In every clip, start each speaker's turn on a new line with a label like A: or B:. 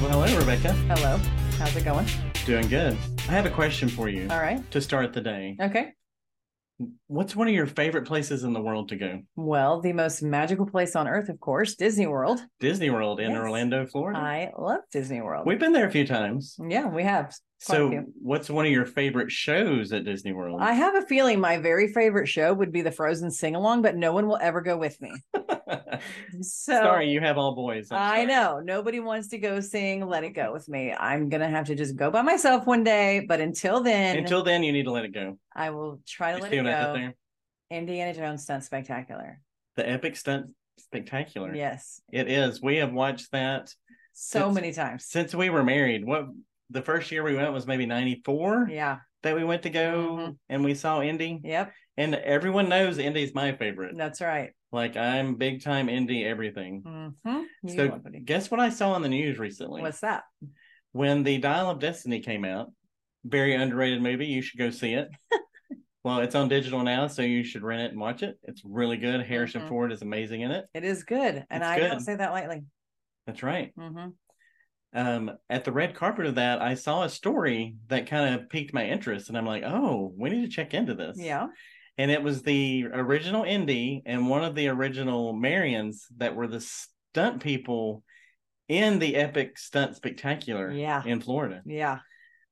A: Well, hello, Rebecca.
B: Hello. How's it going?
A: Doing good. I have a question for you
B: All right.
A: to start the day.
B: Okay.
A: What's one of your favorite places in the world to go?
B: Well, the most magical place on earth, of course, Disney World.
A: Disney World in
B: Yes.
A: Orlando, Florida.
B: I love Disney World.
A: We've been there a few times.
B: yeah, we have. Quite a
A: so,
B: few.
A: what's one of your favorite shows at Disney World?
B: I have a feeling my very favorite show would be the Frozen sing along, but no one will ever go with me. So
A: sorry, you have all boys. I'm
B: I
A: sorry.
B: know nobody wants to go sing Let It Go with me. I'm going to have to just go by myself one day. But until then,
A: Until then, you need to let it go.
B: I will try to
A: You
B: let
A: see
B: it
A: what I did
B: go.
A: there?
B: Indiana Jones Stunt Spectacular.
A: The epic stunt spectacular.
B: Yes.
A: It is. We have watched that
B: So
A: It's-
B: many times.
A: since we were married. What the first year we went was maybe 94
B: Yeah.
A: that we went to go
B: Mhm.
A: and we saw Indy.
B: Yep.
A: And everyone knows Indy's my favorite.
B: That's right.
A: Like I'm big time Indy everything.
B: Mm-hmm.
A: So- Guess what I saw on the news recently?
B: What's that?
A: when the Dial of Destiny came out, very underrated movie. You should go see it. well, it's on digital now, so you should rent it and watch it. It's really good. Harrison
B: Mhm.
A: Ford is amazing in it.
B: It is good, and
A: It's
B: I don't
A: good.
B: say that lightly.
A: That's right.
B: hmm
A: Um, at the red carpet of that, I saw a story that kind of piqued my interest, and I'm like, oh, we need to check into this.
B: Yeah.
A: And it was the original Indy and one of the original Marions that were the stunt people in the epic stunt spectacular
B: Yeah.
A: in Florida.
B: Yeah.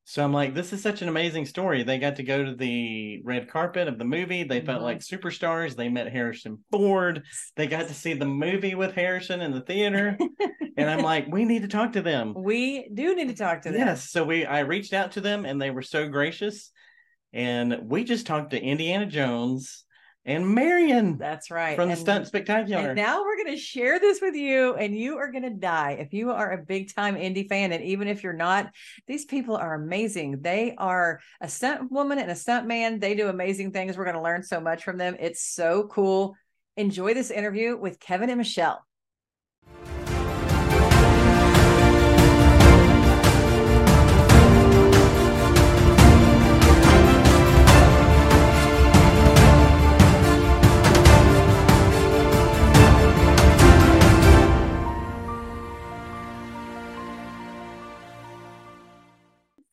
A: So I'm like, this is such an amazing story. They got to go to the red carpet of the movie. They felt
B: Mhm.
A: like superstars. They met Harrison Ford. They got to see the movie with Harrison in the theater. and I'm like, we need to talk to them.
B: We do need to talk to them.
A: Yes. So we I reached out to them and they were so gracious. And we just talked to Indiana Jones and Marion
B: That's right.
A: from the
B: And-
A: Stunt Spectacular.
B: And now we're going to share this with you, and you are going to die if you are a big time indie fan. And even if you're not, these people are amazing. They are a stunt woman and a stunt man. They do amazing things. We're going to learn so much from them. It's so cool. Enjoy this interview with Kevin and Michelle.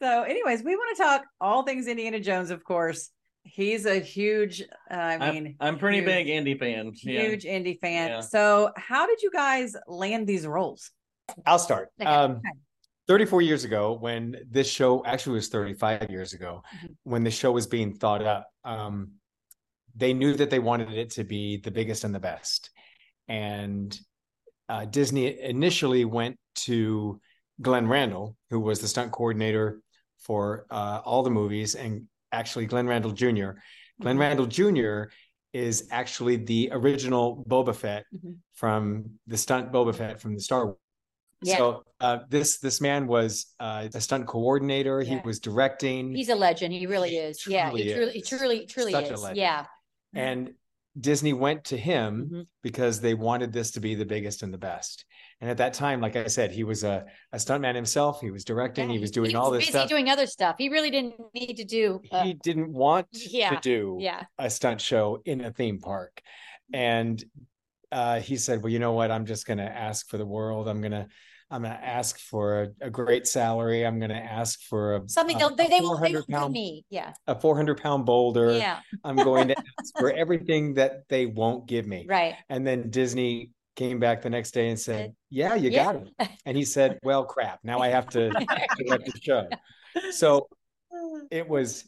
B: So, anyways, we want to talk all things Indiana Jones, of course. He's a huge, uh, I mean,
A: I'm, I'm pretty
B: huge-
A: big indie fan. Yeah.
B: huge indie fan.
A: Yeah.
B: So, how did you guys land these roles?
C: I'll start.
B: Okay,
C: Um, 34 years ago, when this show actually was 35 years ago,
B: Mhm.
C: when the show was being thought up, um, they knew that they wanted it to be the biggest and the best. And uh, Disney initially went to Glenn Randall, who was the stunt coordinator for uh, all the movies, and actually Glenn Randall Jr. Glenn Randall Jr. is actually the original Boba Fett
B: Mhm.
C: from the stunt Boba Fett from the Star Wars. So uh, this this man was uh, a stunt coordinator. He
D: Yeah.
C: was directing,
D: He's a legend. He really
C: He
D: is. yeah,
C: truly
D: he truly, he
C: is.
D: truly, truly
C: Such a
D: is.
C: legend.
D: yeah,
C: and Disney went to him
D: Mhm.
C: because they wanted this to be the biggest and the best. And at that time, like I said, he was a a stuntman himself. He was directing.
D: Yeah,
C: He was doing
D: he
C: all
D: was
C: this
D: busy
C: stuff.
D: doing other stuff. He really didn't need to do. Uh,
C: he didn't want to
D: yeah,
C: do
D: yeah,
C: a stunt show in a theme park. And uh, he said, Well, you know what? I'm just going to ask for the world. I'm going to. I'm going to ask for a, a great salary. I'm going to ask for a
D: something
C: a-
D: they'll, they
C: a
D: they will they will do
C: 400
D: me. Yeah,
C: a 400 pound boulder.
D: yeah,
C: I'm going to ask for everything that they won't give me.
D: right.
C: And then Disney came back the next day and said, Yeah, you
D: Yeah.
C: got it. And he said, Well, crap. Now I have to direct the show. So it was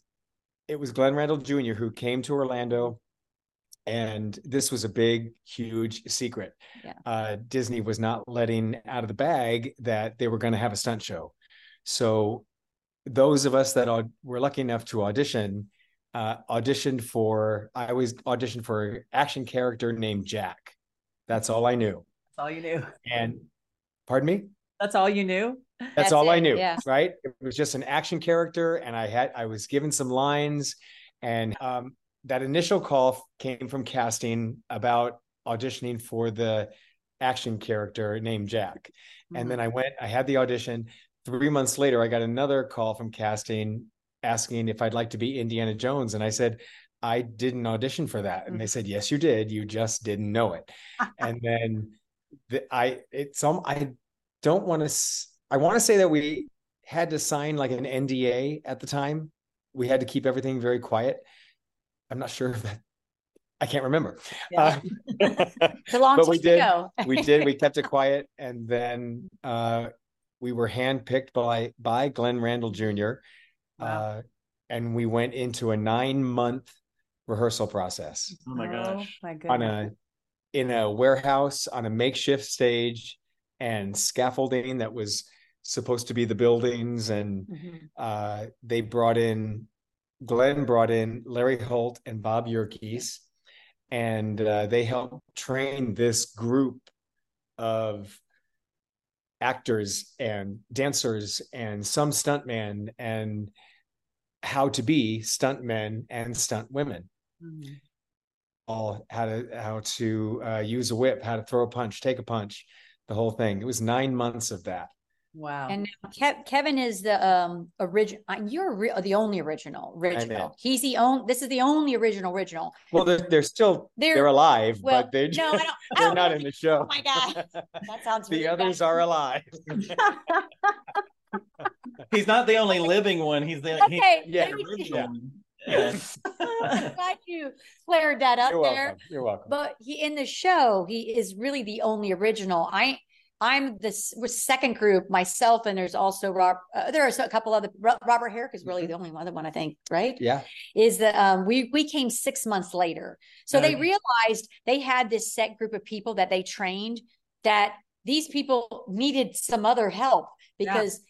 C: it was Glenn Randall Jr. who came to Orlando. And this was a big, huge secret.
D: Yeah.
C: Uh, Disney was not letting out of the bag that they were going to have a stunt show. So, those of us that au- were lucky enough to audition, uh, auditioned for, I always auditioned for an action character named Jack. That's all I knew.
B: That's all you knew.
C: And pardon me?
B: That's all you knew.
C: that's
D: That's
C: all I
D: it,
C: knew,
D: yeah.
C: right? It was just an action character, and I had I was given some lines, and um, that initial call f- came from casting about auditioning for the action character named Jack,
D: Mm-hmm.
C: and then I went, I had the audition. Three months later, I got another call from casting asking if I'd like to be Indiana Jones, and I said, I didn't audition for that. And they
D: Mm-hmm.
B: Mhm.
C: said, Yes, you did. You just didn't know it. and then the, I, it's some, I don't want to, I want to say that we had to sign like an NDA at the time. We had to keep everything very quiet. I'm not sure if that, I can't remember.
B: Yeah.
C: Uh,
D: It's a long
C: But we
D: time
C: did.
D: ago.
C: we did. We kept it quiet, and then uh, we were handpicked by by Glenn Randall Jr.
B: Wow.
C: Uh, and we went into a nine month rehearsal process
A: Oh my gosh.
B: My
C: on
B: goodness.
C: a in a warehouse on a makeshift stage and scaffolding that was supposed to be the buildings and
D: Mhm.
C: uh, they brought in Glenn brought in Larry Holt and Bob Yerkes, and uh, they helped train this group of actors and dancers and some stuntmen and how to be stuntmen and stunt women.
B: Mhm.
C: All how to how to uh, use a whip, how to throw a punch, take a punch, the whole thing. It was nine months of that.
B: Wow.
D: And Kev, Kevin is the um original. You're ri- the only original. Original. He's the only. This is the only original. Original.
C: Well, they're they're still
D: They're,
C: they're alive,
D: well.
C: but they're
D: no, I don't. I
C: they're
D: don't
C: not
D: know.
C: in the show.
D: Oh my god, that sounds.
C: the
D: really
C: others
D: bad.
C: are alive.
A: He's not the only living one. He's the he's
D: Okay.
C: Yeah,
A: the
D: maybe-
A: original
C: yeah.
A: one.
D: I'm
A: Yeah.
D: Glad you flared that up
C: You're
D: there.
C: welcome. You're welcome.
D: But he in the show, he is really the only original. I I'm the s- was second group myself, and there's also Rob. Uh, there are so- a couple other Ro- Robert Herrick is really the only other one I think, right?
C: yeah,
D: Is that um, we we came six months later, so they
A: Okay.
D: realized they had this set group of people that they trained that these people needed some other help
B: Yeah.
D: because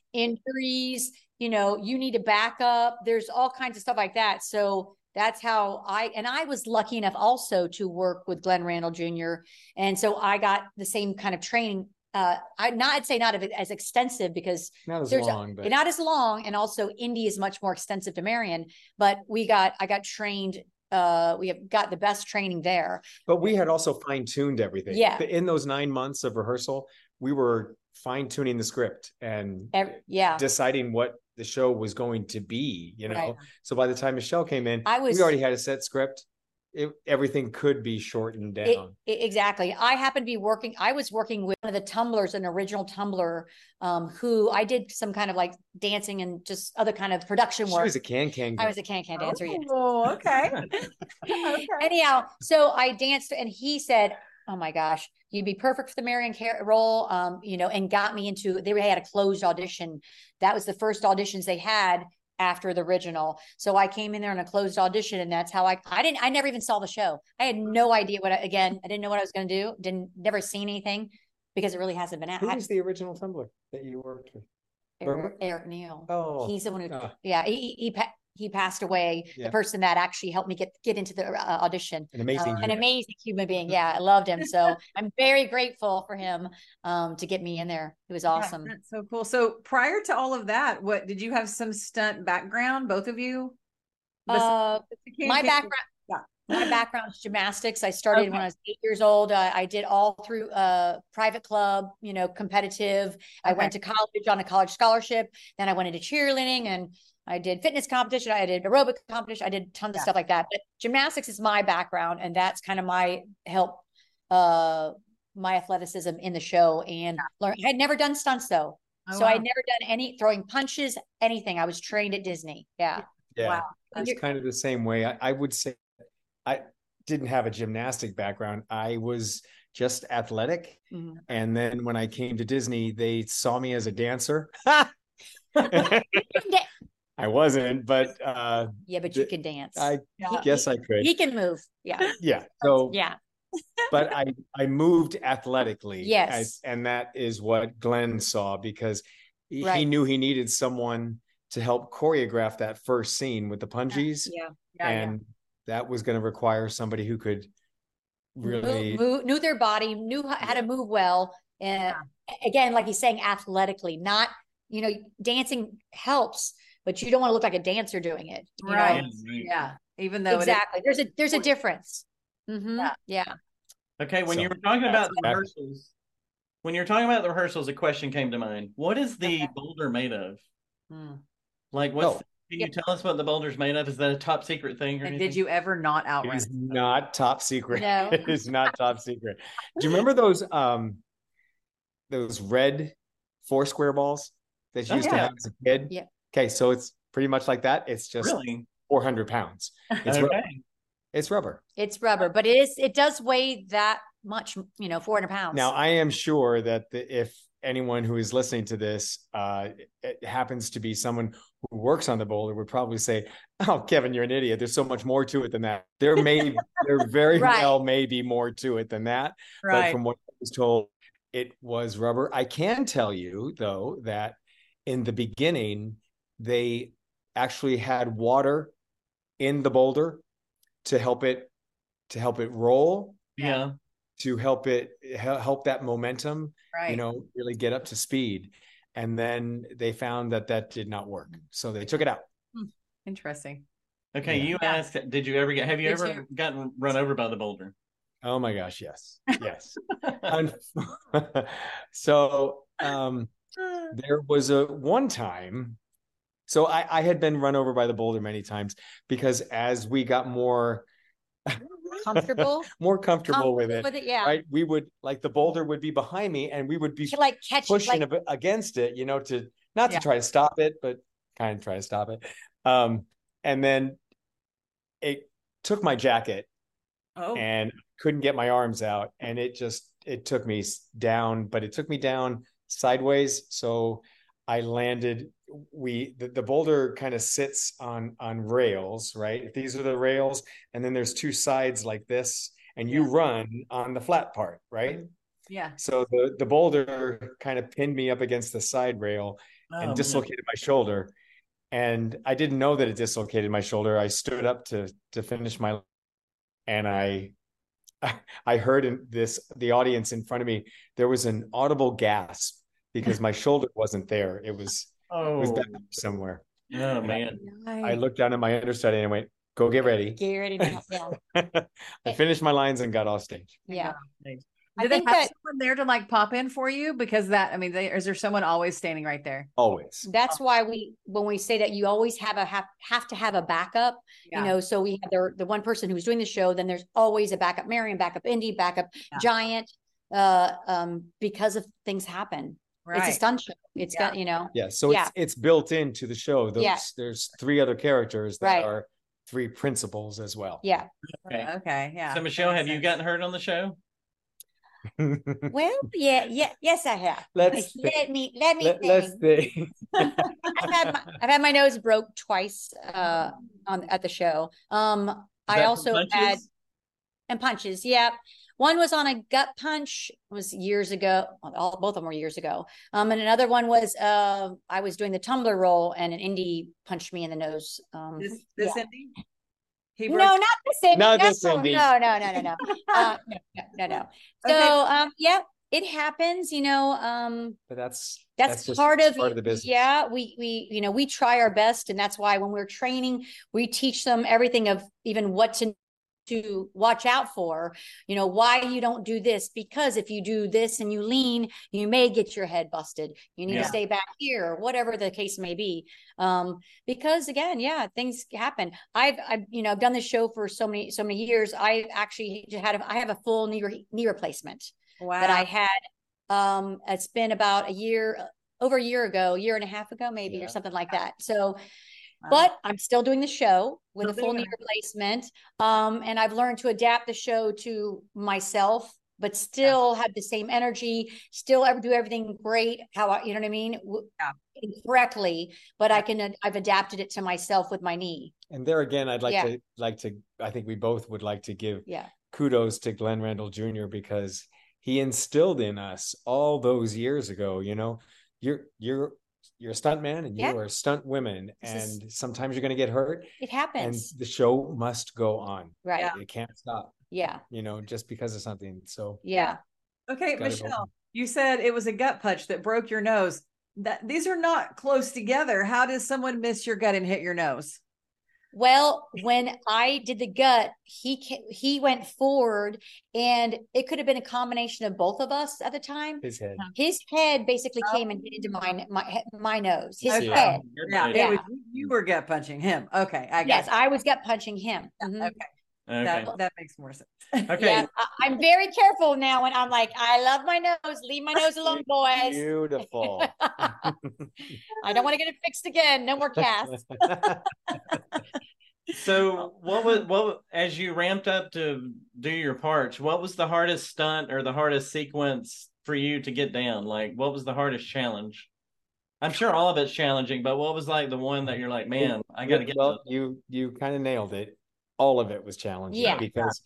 D: injuries, you know, you need a backup. There's all kinds of stuff like that. So that's how I and I was lucky enough also to work with Glenn Randall Jr. And so I got the same kind of training. Uh, I not I'd say not as extensive because
C: not as
D: There's a-
C: long, but
D: not as long and also indie is much more extensive to marion but we got i got trained uh we have got the best training there
C: but we had also fine tuned everything.
D: Yeah.
C: in those nine months of rehearsal, we were fine tuning the script and
D: Ev- yeah
C: deciding what the show was going to be. You know,
D: Right.
C: so by the time Michelle came in,
D: i was
C: we already had a set script. It, everything could be shortened
D: It-
C: down.
D: e- exactly. I happened to be working. I was working with one of the tumblers, an original tumbler, um, who I did some kind of like dancing and just other kind of production
C: she
D: work.
C: was a can can.
D: I was a can can dancer. yeah.
B: Oh, okay. okay.
D: Anyhow, so I danced and he said, Oh my gosh, you'd be perfect for the Marion Car- role. Um, you know, and got me into they had a closed audition. That was the first auditions they had after the original. So I came in there on a closed audition and that's how I I didn't I never even saw the show. I had no idea what I, again, I didn't know what I was gonna do, didn't never seen anything because it really hasn't been out.
C: Who was the original Tumblr that you worked with?
D: Eric, Eric Neal.
C: Oh,
D: He's the one who
C: ah.
D: yeah, he he, he, pa- he passed away.
C: Yeah.
D: The person that actually helped me get get into the uh, audition
C: an amazing.
D: an
C: human.
D: amazing human being. Yeah, I loved him. So I'm very grateful for him um, to get me in there. It was
B: Yeah,
D: awesome.
B: That's so cool. So prior to all of that, what did you have some stunt background, both of you? Besides
D: Uh,
B: the can-
D: my
B: can-
D: background.
B: Yeah.
D: My background is gymnastics. I started
B: Okay.
D: when I was eight years old. I, I did all through uh, private club, you know, competitive. I went to college on a college scholarship. Then I went into cheerleading and I did fitness competition. I did aerobic competition. I did tons
B: Yeah.
D: of stuff like that. But gymnastics is my background, and that's kind of my help, uh, my athleticism in the show and learn. I had never done stunts though,
B: Oh,
D: so I
B: wow.
D: had never done any throwing punches, anything. I was trained at Disney. Yeah.
C: Yeah.
B: Wow.
C: It's
D: You're-
C: kind of the same way. I, I would say I didn't have a gymnastic background. I was just athletic.
B: Mm-hmm.
D: Mhm.
C: And then when I came to Disney, they saw me as a dancer. I wasn't, but uh,
D: Yeah, but
C: The-
D: you can dance.
C: I
B: Yeah.
C: guess I could.
D: he can move. Yeah.
C: Yeah. So,
D: Yeah.
C: but I, I moved athletically.
D: Yes.
C: I- and that is what Glenn saw because he, he
D: Right.
C: knew he needed someone to help choreograph that first scene with the punjies.
D: Yeah.
B: Yeah, yeah.
C: and that was going to require somebody who could
D: Mo-
C: really
D: mo- knew their body, knew ho- how to move well. And again, like he's saying, athletically, not, you know, dancing helps, but you don't want to look like a dancer doing it. you know?
B: Right.
A: Yeah.
B: Yeah. Even though it is
D: Exactly. There's a, there's a difference. Mhm.
B: Yeah.
D: Yeah.
A: Okay, when
C: So-
A: you were talking about the
C: Back-
A: rehearsals, when you were talking about the rehearsals, a question came to mind. What is the
D: Okay.
A: boulder made of?
B: Mm.
A: Like, what's
C: Oh.
A: the Can you tell us what the boulder's made of? Is that a top secret thing or
B: And
A: anything?
B: did you ever not
C: It
B: outrun?
C: is not top secret.
D: No.
C: It is not top secret. Do you remember those um those red four square balls that you used to
A: Yeah.
C: have as a kid?
D: Oh, Yeah.
C: Okay, so it's pretty much like that. It's just
A: really?
C: 400 pounds. It's, rubber.
A: Okay.
C: it's rubber.
D: It's rubber, but it is it does weigh that much, you know, 400 pounds.
C: Now, I am sure that the, if anyone who is listening to this uh, it- it happens to be someone who works on the boulder, would probably say, "Oh, Kevin, you're an idiot. There's so much more to it than that. There may, there very
D: Right.
C: well may be more to it than that." But
B: Right.
C: from what I was told, it was rubber. I can tell you though that in the beginning they actually had water in the boulder to help it to help it roll
A: Yeah.
C: to help it he- help that momentum
B: Right.
C: you know really get up to speed and then they found that that did not work so they took it out
B: Interesting.
A: Okay.
C: Yeah.
A: You
B: Yeah.
A: asked, did you ever get, have you
B: Did
A: ever
B: you-
A: gotten run over by the boulder?
C: oh my gosh yes yes Un- so um there was a one time so I, I had been run over by the boulder many times because as we got more
D: comfortable,
C: more comfortable, with it,
D: with it, yeah.
C: right we would like the boulder would be behind me and we would be
D: To like catch
C: pushing
D: like
C: ab- against it, you know, to not
B: Yeah.
C: to try to stop it, but kind of try to stop it. Um, and then it took my jacket
B: Oh,
C: and couldn't get my arms out, and it just it took me s- down, but it took me down sideways, so I landed. We the, the boulder kind of sits on on rails, right? These are the rails, and then there's two sides like this, and you
B: Yeah.
C: run on the flat part, right?
B: yeah.
C: So the the boulder kind of pinned me up against the side rail
A: Oh,
C: and
A: man.
C: dislocated my shoulder. And I didn't know that it dislocated my shoulder. I stood up to to finish my and I I heard in this the audience in front of me there was an audible gasp because my shoulder wasn't there. It was it was
A: Oh,
C: back somewhere.
A: oh man.
C: I looked down at my understudy and I went, "Go get ready."
D: Garrett and yeah.
C: I finished my lines and got off stage.
D: Yeah. I
B: Do they have
D: think that-
B: someone there to like pop in for you? Because that, I mean, they, is there someone always standing right there?
C: Always.
D: That's why we when we say that you always have a have, have to have a backup,
B: Yeah.
D: you know, so we have the the one person who's doing the show, then there's always a backup Marion, backup Indy, backup
B: Yeah.
D: Giant, uh um because of things happen.
B: Right.
D: It's a stunt show. It's
B: Yeah.
D: got, you know.
C: Yeah, so it's it's built into the show. Those
D: Yeah.
C: there's three other characters that
D: Right.
C: are three principals as well.
D: Yeah.
A: Okay.
B: okay. Yeah.
A: So Michelle,
B: That
A: have
B: makes
A: you
B: sense.
A: gotten hurt on the show?
D: Well, yeah, yeah, yes, I have.
C: Let's
D: let
C: think.
D: me let me
C: Let,
D: think.
C: us think.
D: I've had my, I've had my nose broke twice uh on at the show. Um
A: Is that
D: I
A: from
D: also had
A: punches?
D: and punches. Yep. One was on a gut punch. It was years ago. All both of them were years ago. Um, and another one was uh, I was doing the tumbler roll, and an indie punched me in the nose. Um,
B: this, this
D: yeah.
B: ending? He
D: no,
B: broke-
D: not the same.
C: Not
D: no,
C: this Indy.
D: No, no, no, no, no. Uh, no, no, no, no. So,
B: Okay.
D: um, yeah, it happens. You know, um,
C: But that's
D: that's,
C: just
D: part of
C: part of the business.
D: Yeah, we we you know we try our best, and that's why when we're training, we teach them everything of even what to to watch out for. You know why you don't do this because if you do this and you lean, you may get your head busted. You need
A: Yeah.
D: to stay back here, or whatever the case may be. Um, because again, yeah, things happen. I've I've you know I've done this show for so many so many years. I actually had a, I have a full knee re- knee replacement
B: wow.
D: that I had. Um, it's been about a year, over a year ago, year and a half ago, maybe,
A: Yeah.
D: or something like that. So,
B: Wow.
D: but I'm still doing the show with
B: Still
D: a full
B: doing
D: knee replacement. Um, and I've learned to adapt the show to myself, but still have the same energy, still ever do everything great, how I, you know what I mean? W-
B: Yeah.
D: Correctly, but
B: Yeah.
D: I can, I've adapted it to myself with my knee.
C: And there again, I'd like
D: Yeah.
C: to like to I think we both would like to give
D: Yeah.
C: kudos to Glenn Randall Jr. because he instilled in us all those years ago, you know, you're you're you're a stunt man and
D: Yeah.
C: you are stunt women.
D: This is-
C: And sometimes you're gonna get hurt
D: It
C: and
D: happens.
C: the show must go on.
D: right.
B: Yeah.
C: It can't stop.
D: Yeah.
C: you know, just because of something. So
D: Yeah.
B: okay,
C: Gotta go.
B: Michelle, you said it was a gut punch that broke your nose. That these are not close together. How does someone miss your gut and hit your nose?
D: Well, when I did the gut, he ca- he went forward, and it could have been a combination of both of us at the time.
C: His head.
D: His head basically came and hit into my my my nose. His
C: Okay.
D: head.
B: Yeah, it
D: Yeah.
B: was, you were gut punching him. Okay, I guess.
D: yes, I was gut punching him. Mhm.
B: Okay,
A: Okay.
B: that, that makes more sense.
A: Okay.
D: Yeah, I, am very careful now when I'm like, I love my nose. Leave my nose alone, boys.
C: Beautiful.
D: I don't want to get it fixed again. No more casts.
A: So what was what as you ramped up to do your parts? What was the hardest stunt or the hardest sequence for you to get down? Like what was the hardest challenge? I'm sure all of it's challenging, but what was like the one that you're like, man, I got to get.
C: well, you you kind of nailed it. All of it was challenging
D: Yeah.
C: because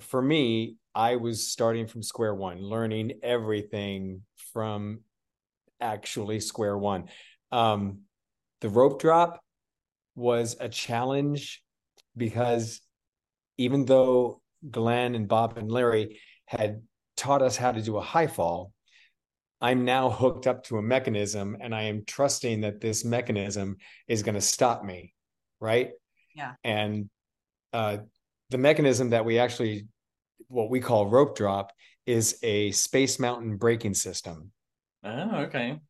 C: for me, I was starting from square one, learning everything from actually square one. Um, the rope drop was a challenge because even though Glenn and Bob and Larry had taught us how to do a high fall, I'm now hooked up to a mechanism and I am trusting that this mechanism is going to stop me. Right.
B: Yeah.
C: And uh, the mechanism that we actually, what we call rope drop, is a Space Mountain braking system.
A: Oh, okay.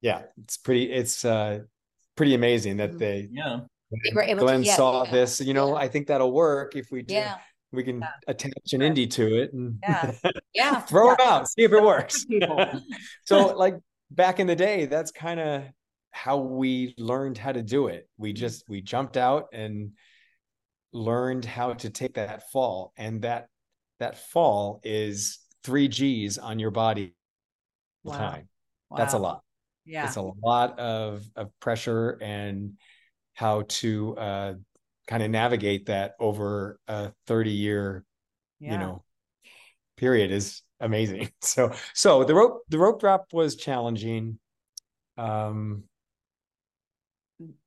C: Yeah. It's pretty, it's uh, pretty amazing that
D: Mhm.
C: they,
A: Yeah.
D: They were able to-
C: Glenn
D: yeah,
C: saw
D: yeah,
C: this, you know,
D: yeah.
C: I think that'll work if we do,
D: Yeah.
C: we can
B: Yeah.
C: attach an indie to it and
B: Yeah.
D: Yeah.
C: throw it out, see if it works.
B: People.
C: so like back in the day that's kind of how we learned how to do it we just we jumped out and learned how to take that fall and that that fall is three g's on your body all the
B: Wow.
C: time that's a
B: Wow.
C: lot
B: Yeah.
C: it's a lot of of pressure and how to uh kind of navigate that over a 30 year
B: yeah.
C: you know period is amazing so so the rope the rope drop was challenging um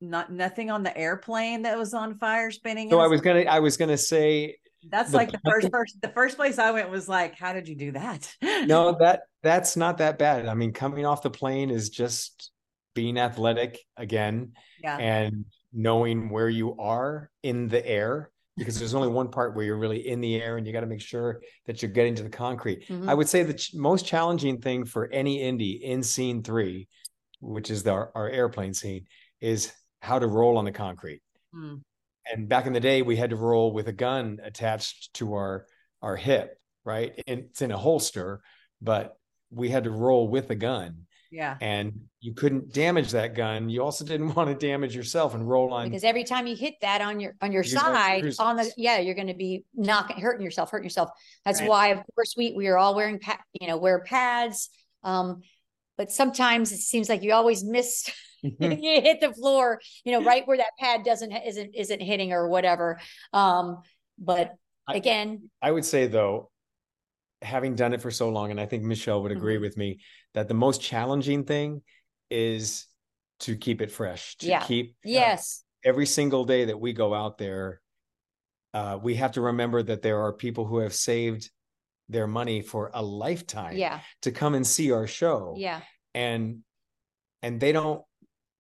B: not nothing on the airplane that was on fire spinning.
C: so i
B: us.
C: was gonna i was gonna say
B: That's
C: the
B: like the first person, the first place I went was like, how did you do that?
C: no that that's not that bad i mean coming off the plane is just being athletic again
B: yeah.
C: and knowing where you are in the air because there's only one part where you're really in the air and you got to make sure that you're getting to the concrete
D: Mhm.
C: I would say the ch- most challenging thing for any indie in scene three, which is the, our, our airplane scene, is how to roll on the concrete.
B: Mm.
C: And back in the day, we had to roll with a gun attached to our our hip, right? And it's in a holster, but we had to roll with a gun,
B: Yeah.
C: and you couldn't damage that gun. You also didn't want to damage yourself and roll on.
D: because every time you hit that on your on your
C: You're gonna
D: side
C: bruise
D: on the
C: yourself.
D: yeah you're going to be knocking hurting yourself hurting yourself that's
A: Right.
D: why of course we we are all wearing pa- you know wear pads um but sometimes it seems like you always miss
C: Hmm.
D: you hit the floor you know right where that pad doesn't isn't isn't hitting or whatever um but
C: I-
D: again
C: I would say though, having done it for so long, and I think Michelle would
D: Mm-hmm.
C: agree with me that the most challenging thing is to keep it fresh. To
D: Yeah.
C: keep
D: yes
C: every single day that we go out there, uh, we have to remember that there are people who have saved their money for a lifetime
D: yeah
C: to come and see our show
D: yeah
C: and and they don't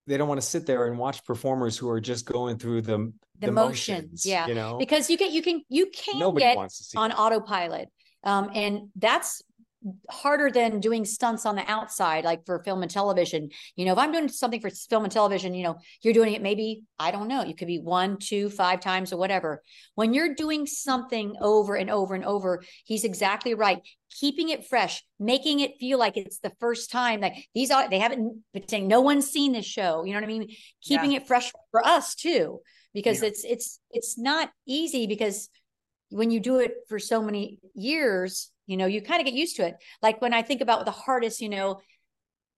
C: they don't want to sit there and watch performers who are just going through the
D: The motions, yeah.
C: you know
D: because you get you can you can
C: nobody
D: get
C: wants to see
D: on autopilot. Um, and that's harder than doing stunts on the outside, like for film and television. You know, if I'm doing something for film and television, you know, you're doing it maybe, I don't know, you could be one, two, five times or whatever. When you're doing something over and over and over, he's exactly right. Keeping it fresh, making it feel like it's the first time. Like these are, they haven't been saying, no one's seen this show. You know what I mean? Keeping it fresh for us too, because
A: Yeah.
D: it's, it's, it's not easy because when you do it for so many years, you know, you kind of get used to it. Like when I think about the hardest, you know,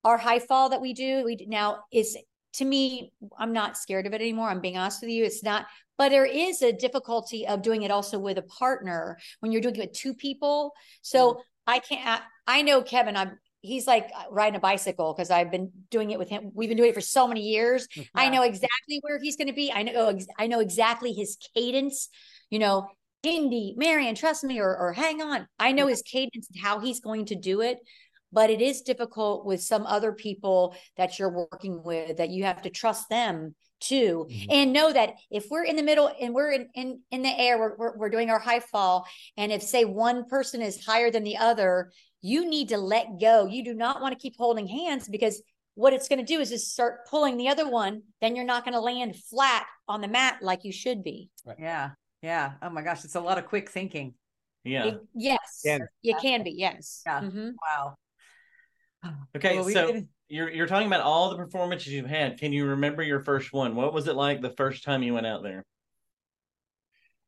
D: our high fall that we do, we do now is to me, I'm not scared of it anymore. I'm being honest with you. It's not, but there is a difficulty of doing it also with a partner when you're doing it with two people. So I can't, I, I know Kevin, I'm, he's like uh, riding a bicycle because I've been doing it with him. We've been doing it for so many years. I
B: Yeah.
D: know exactly where he's going to be. I know, oh, ex- I know exactly his cadence, you know, Indy, Marion, trust me, or, or hang on. I know his cadence and how he's going to do it, but it is difficult with some other people that you're working with that you have to trust them too
C: Mhm.
D: and know that if we're in the middle and we're in in, in the air we're, we're, we're doing our high fall and if say one person is higher than the other you need to let go you do not want to keep holding hands because what it's going to do is just start pulling the other one then you're not going to land flat on the mat like you should be
B: Yeah. Yeah. Oh my gosh. It's a lot of quick thinking.
A: Yeah.
D: It- yes
C: Can.
D: you can be yes
B: Yeah.
D: Mhm.
B: Wow.
A: Okay,
B: Well, we
A: so
B: did-
A: you're you're talking about all the performances you've had. Can you remember your first one? What was it like the first time you went out there?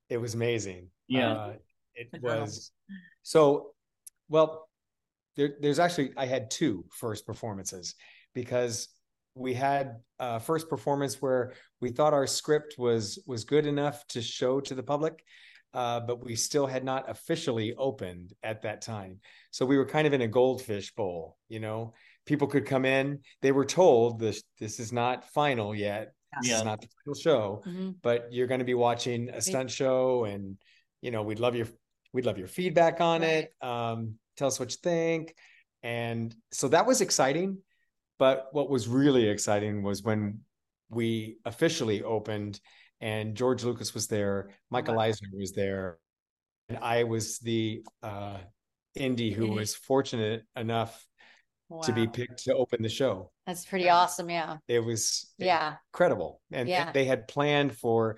C: It was amazing.
A: Yeah. Um,
C: Uh, it was so well. There, there's actually I had two first performances because we had a first performance where we thought our script was was good enough to show to the public, uh, but we still had not officially opened at that time. So we were kind of in a goldfish bowl. You know, people could come in. They were told this this is not final yet. This
A: Yeah.
C: is not the final show
D: Mhm.
C: but you're going to be watching a stunt show and you know we'd love your we'd love your feedback on it um tell us what you think and so that was exciting but what was really exciting was when we officially opened and george lucas was there michael eisner was there and i was the uh indie who was fortunate enough to be
B: Wow.
C: picked to open the show
D: that's pretty awesome yeah
C: it was
D: yeah
C: incredible. And
D: Yeah.
C: they had planned for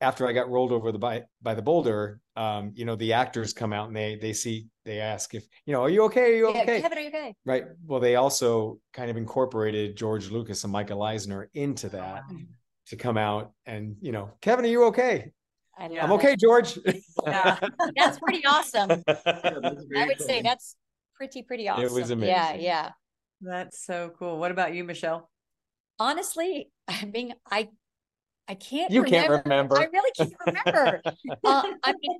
C: after I got rolled over the by by the boulder. Um, you know, the actors come out and they they see they ask if you know, are you okay? Are you
D: yeah
C: okay?
D: kevin are you okay
C: Right. Well, they also kind of incorporated George Lucas and Michael Eisner into that to come out and you know, Kevin, are you okay?
D: I love
B: Yeah.
C: I'm
D: it.
C: okay, George.
B: Yeah.
D: that's pretty awesome
A: Yeah, that's very
D: I would say
A: cool.
D: that's pretty, pretty awesome.
C: It was
D: Yeah,
C: amazing.
D: yeah.
B: That's so cool. What about you, Michelle?
D: Honestly, I mean, I, I can't.
C: you
D: remember.
C: can't remember.
D: I really can't remember. uh, I mean,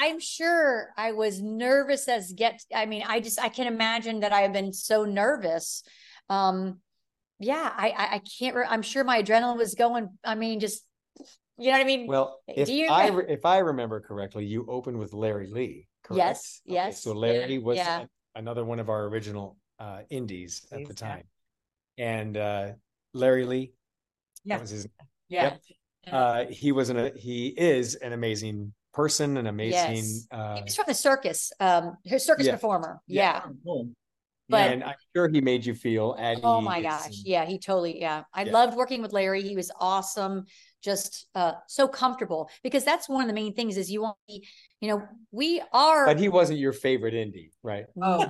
D: I'm sure I was nervous as get. I mean, I just I can imagine that I've been so nervous. Um, yeah, I I, I can't. Re- I'm sure my adrenaline was going. I mean, just you know what I mean.
C: Well,
D: Do
C: if
D: you
C: I
D: rem-
C: re- if I remember correctly, you opened with Larry Lee. Correct?
D: Yes,
C: Okay,
D: yes,
C: So
D: yeah,
C: Larry was
D: yeah.
C: a- another one of our original uh, indies at the
B: Indies, yeah.
C: time, and uh, Larry Lee.
B: Yeah.
C: That was his.
D: yeah.
C: Yep. Uh, he was an a he is an amazing person, an amazing.
D: Yes.
C: Uh,
D: He was from the circus. Um, a circus
C: Yeah.
D: performer.
C: Yeah.
D: yeah.
A: Oh, cool.
D: but-
C: and I'm sure he made you feel at
D: Oh my
C: ease
D: gosh.
C: and-
D: Yeah, he totally. Yeah. I
C: Yeah.
D: loved working with Larry. He was awesome. Just uh so comfortable because that's one of the main things is you want to be, you know, we are
C: But he wasn't your favorite indie, right?
D: Oh,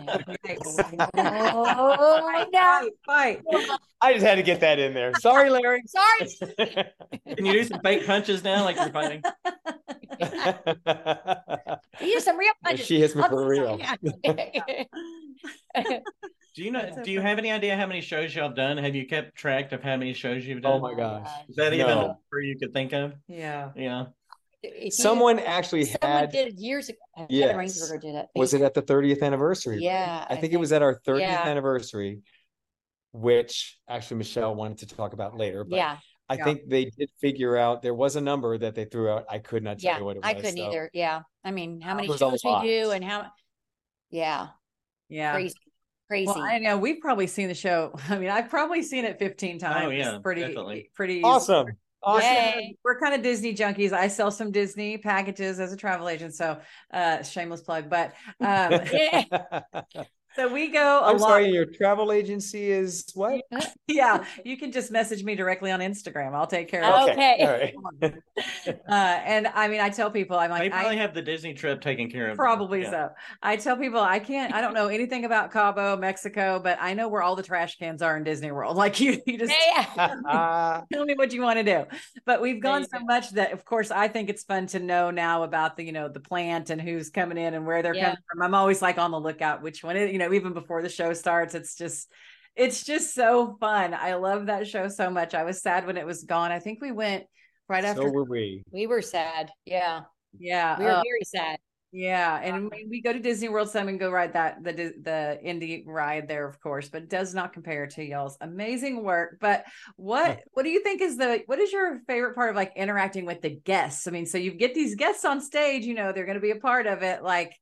D: I know.
B: Fight, fight.
C: I just had to get that in there. Sorry, Larry.
D: Sorry.
A: Can you do some fake punches now, like you're fighting?
D: You some real punches.
C: she hits me
D: I'm
C: for real. Oh
D: sorry.
A: Do you know?
B: That's
A: Do you
B: okay.
A: have any idea how many shows y'all have done? Have you kept track of how many shows you've done?
C: Oh my gosh.
A: Is that even a
C: No.
A: number you could think of?
B: Yeah.
A: Yeah.
D: If you-
C: Someone actually
D: someone
C: had
D: did years ago. Kevin
C: Yes.
D: Rainsberger did it.
C: was it at the 30th anniversary? right?
D: Yeah.
C: I, think, it was at our 30th
D: yeah.
C: anniversary, which actually Michelle wanted to talk about later. But
D: Yeah.
C: I
B: Yeah.
C: think they did figure out there was a number that they threw out. I could not tell
D: Yeah.
C: you what it was.
D: I couldn't
C: so-
D: either. Yeah. I mean, how many
C: was a
D: shows we
C: lot.
D: do and how yeah.
B: Yeah.
D: Crazy. Crazy.
B: Well, I know we've probably seen the show. I mean, I've probably seen it
C: Oh,
B: 15 times.
A: yeah,
B: pretty,
A: definitely.
B: pretty easily.
C: Awesome. Awesome.
D: Yay.
B: We're kind of Disney junkies. I sell some Disney packages as a travel agent. So, uh, shameless plug, but, um,
D: Yeah.
B: so we go a
C: I'm
B: lot.
C: sorry, your travel agency is what?
B: Yeah. You can just message me directly on Instagram. I'll take care of
D: Okay.
C: All right.
B: it.
C: Oh.
B: Uh, and I mean, I tell people, I'm
A: They
B: like, I
A: probably have the Disney trip taken care of.
B: Probably
A: Yeah.
B: so. I tell people I can't, I don't know anything about Cabo, Mexico, but I know where all the trash cans are in Disney World. Like you, you just
D: Yeah.
B: tell me what you want to do. But we've gone
D: you
B: so
D: go.
B: much that, of course, I think it's fun to know now about the, you know, the plant and who's coming in and where they're
D: Yeah.
B: coming from. I'm always like on the lookout which one is, you know, even before the show starts. It's just, it's just so fun. I love that show so much. I was sad when it was gone. I think we went right
C: so
B: after.
C: were we.
D: We were sad. Yeah.
B: yeah.
D: We were
B: uh,
D: very sad.
B: Yeah, and we, we go to Disney World some and go ride that the Dis- the indie ride there, of course, but it does not compare to y'all's amazing work. But what what do you think is the what is your favorite part of like interacting with the guests? I mean, so you get these guests on stage, you know, they're going to be a part of it. Like,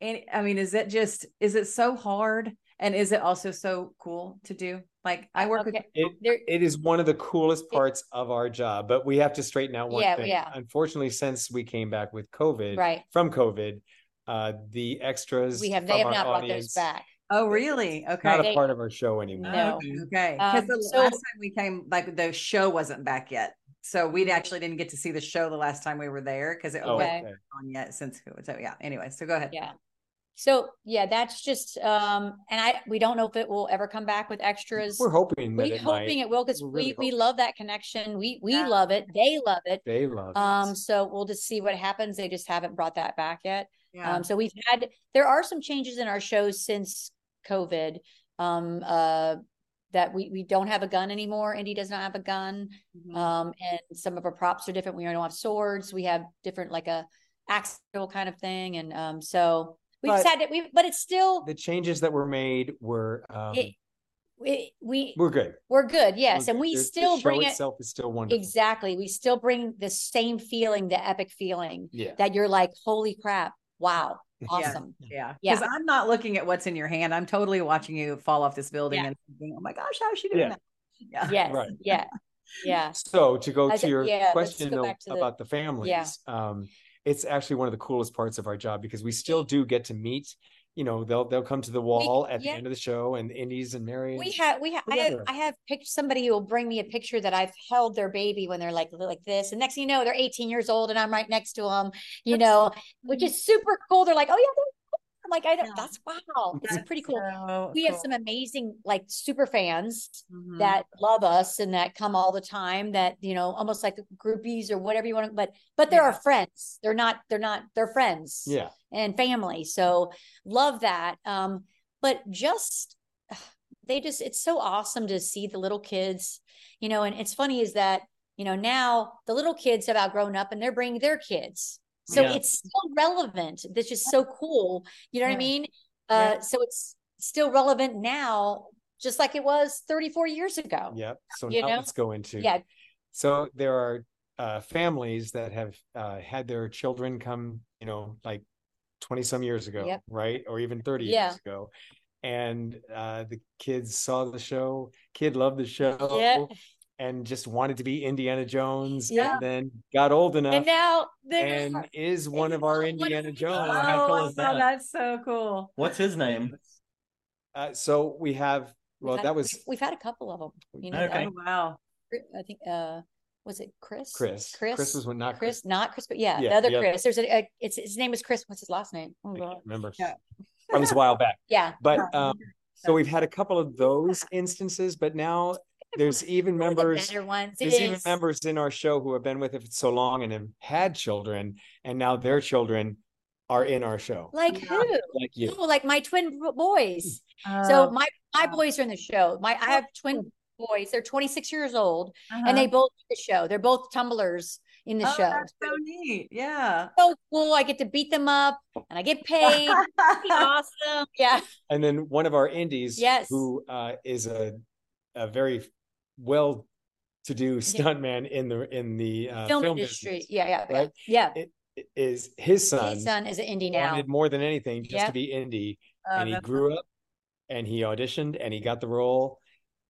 B: and I mean, is it just is it so hard, and is it also so cool to do? Like I work with
D: Okay.
C: It,
D: There,
C: it is one of the coolest parts of our job, but we have to straighten out one
D: Yeah,
C: thing.
D: yeah.
C: Unfortunately, since we came back with COVID,
D: right.
C: from COVID, uh, the extras
D: We have,
C: from
D: they have
C: our
D: not brought those
C: audience,
D: back.
B: Oh, really?
C: Not
B: Okay.
C: a
D: They-
C: part of our show
A: Oh.
C: anymore.
D: No.
B: Okay. Because
D: Um,
B: the
D: so-
B: last time we came, like the show wasn't back yet. So we'd
D: Mm-hmm.
B: actually didn't get to see the show the last time we were there because it
C: Oh,
B: wasn't
D: Okay.
B: on yet since so yeah. Anyway, so go ahead.
D: Yeah. So yeah, that's just, um, and I, we don't know if it will ever come back with extras.
C: We're hoping that
D: We're
C: it might.
D: hoping it will, because
C: We're really
D: we, we
C: hoping.
D: love that connection. We, we
B: Yeah.
D: love it. They love it.
C: They love
D: Um,
C: it.
D: so we'll just see what happens. They just haven't brought that back yet.
B: Yeah.
D: Um, so we've had there are some changes in our shows since COVID. Um, uh, that we we don't have a gun anymore. Indy does not have a gun.
C: Mm-hmm.
B: Mhm.
D: Um, and some of our props are different. We don't have swords. We have different like a axle kind of thing. And um, so we just
C: But-
D: had it. We but it's still
C: The changes that were made were um,
D: it, we we
C: we're good.
D: we're good. Yes,
C: We're
D: and
C: good.
D: we
C: The- the
D: still
C: show
D: bring it
C: itself is still wonderful.
D: exactly. We still bring the same feeling, the epic feeling
C: Yeah.
D: that you're like, holy crap, wow,
C: Yeah.
D: awesome.
B: Yeah.
D: Yeah.
B: Because I'm not looking at what's in your hand. I'm totally watching you fall off this building
D: Yeah.
B: and thinking, oh my gosh, how is she doing
C: Yeah.
B: that? Yeah.
D: Yes.
C: Right.
D: Yeah. Yeah.
C: So to go
D: As
C: to
D: a-
C: your
D: yeah, let's
C: question
D: go
C: though,
D: back to the-
C: about the families, um, it's actually one of the coolest parts of our job because we still do get to meet. You know, they'll they'll come to the wall at
D: yeah.
C: the end of the show, and Indies and Mary.
D: We
C: and-
D: have, we have, I have,
C: Together.
D: I have picked somebody who will bring me a picture that I've held their baby when they're like, like this. And next thing you know, they're 18 years old and I'm right next to them, you know, which is super cool. They're like, oh yeah. they're cool." I'm like, I don't,
B: Yeah.
D: that's wow. That's pretty cool.
B: So
D: We have
B: cool.
D: some amazing like super fans
B: Mhm.
D: that love us and that come all the time that, you know, almost like groupies or whatever you want to, but, but they're
B: Yeah.
D: our friends. They're not, they're not, they're friends.
C: yeah,
D: and family. So love that. Um, but just they just it's so awesome to see the little kids, you know. And it's funny is that you know now the little kids have outgrown up and they're bringing their kids, so
A: Yeah.
D: it's still relevant. That's just so cool. You know what
B: Yeah.
D: I mean?
B: Yeah.
D: Uh, so it's still relevant now, just like it was 34 years ago.
C: yeah. So
D: You
C: now
D: know?
C: let's go into
D: Yeah,
C: So there are uh, families that have uh, had their children come, you know, like 20 some years ago,
D: Yep.
C: right? Or even 30
D: Yeah.
C: years ago. And uh, the kids saw the show, kid loved the show,
D: Yeah.
C: and just wanted to be Indiana Jones.
D: Yeah.
C: And then got old enough
D: and now they're
C: Uh, and is one of our
D: What-
C: Indiana
A: Oh,
C: Jones.
A: how cool
B: Oh,
A: is
B: wow,
A: that?
B: that's so cool.
A: What's his name?
C: Uh, so we have,
D: We've
C: well,
D: had-
C: that was
D: we've had a couple of them. You know,
A: Okay.
B: Oh, wow.
D: I think uh was it Chris?
C: Chris.
D: Chris.
C: Chris was when not Chris.
D: Chris, not Chris, but yeah, the
C: Yeah,
D: other
C: the other-
D: Chris. There's a, a it's his name is Chris. What's his last name? Oh
C: I
D: god.
C: can't remember.
B: Yeah.
C: That was a while back.
D: Yeah.
C: But um, so
B: Yeah.
C: we've had a couple of those instances, but now there's even
D: One of the
C: members,
D: better ones.
C: there's
D: It
C: even
D: is.
C: members in our show who have been with it for so long and have had children, and now their children are in our show,
D: Like
B: Yeah.
D: who?
C: like you.
D: Oh, like my twin b- boys. so
B: Um,
D: my my
B: wow. Oh.
D: boys are in the show. My I have twin boys. They're 26 years old, and they
B: uh-huh.
D: both in the show. They're both tumblers in the
B: Oh,
D: show.
B: that's so neat. Yeah.
D: So cool. I get to beat them up, and I get paid.
B: Oh,
D: Pretty awesome. Yeah.
C: And then one of our indies,
D: Yes.
C: who uh, is a a very well-to-do stuntman in the in the uh,
D: film, industry.
C: business,
D: yeah. Yeah. yeah.
C: right?
D: Yeah.
C: i- Is his son,
D: His son is an indie now.
C: wanted more than anything just
D: Yeah.
C: to be indie,
B: Oh,
C: and he
B: that's-
C: grew up and he auditioned and he got the role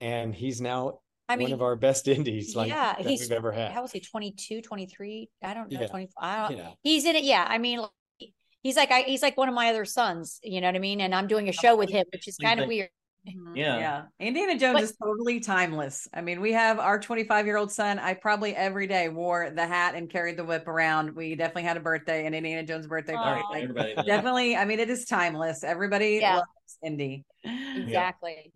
C: and he's now
D: I mean,
C: one of our best indies like
D: yeah,
C: that
D: he's-
C: we've ever had
D: how was he 22 23 i don't know
C: Yeah.
D: 24 i don't
C: yeah
D: he's in it yeah i mean like, he's like I, he's like one of my other sons you know what i mean and i'm doing a show with him which is
A: Same
D: kind of
A: thing.
D: weird
B: Mhm.
A: Yeah.
B: Yeah. Indiana Jones
D: But-
B: is totally timeless. I mean, we have our 25 year old son. I probably every day wore the hat and carried the whip around. We definitely had a birthday, an Indiana Jones birthday
A: All right,
B: party. Like,
A: everybody.
B: definitely. I mean, it is timeless. Everybody
D: Yeah.
B: loves Indy.
D: exactly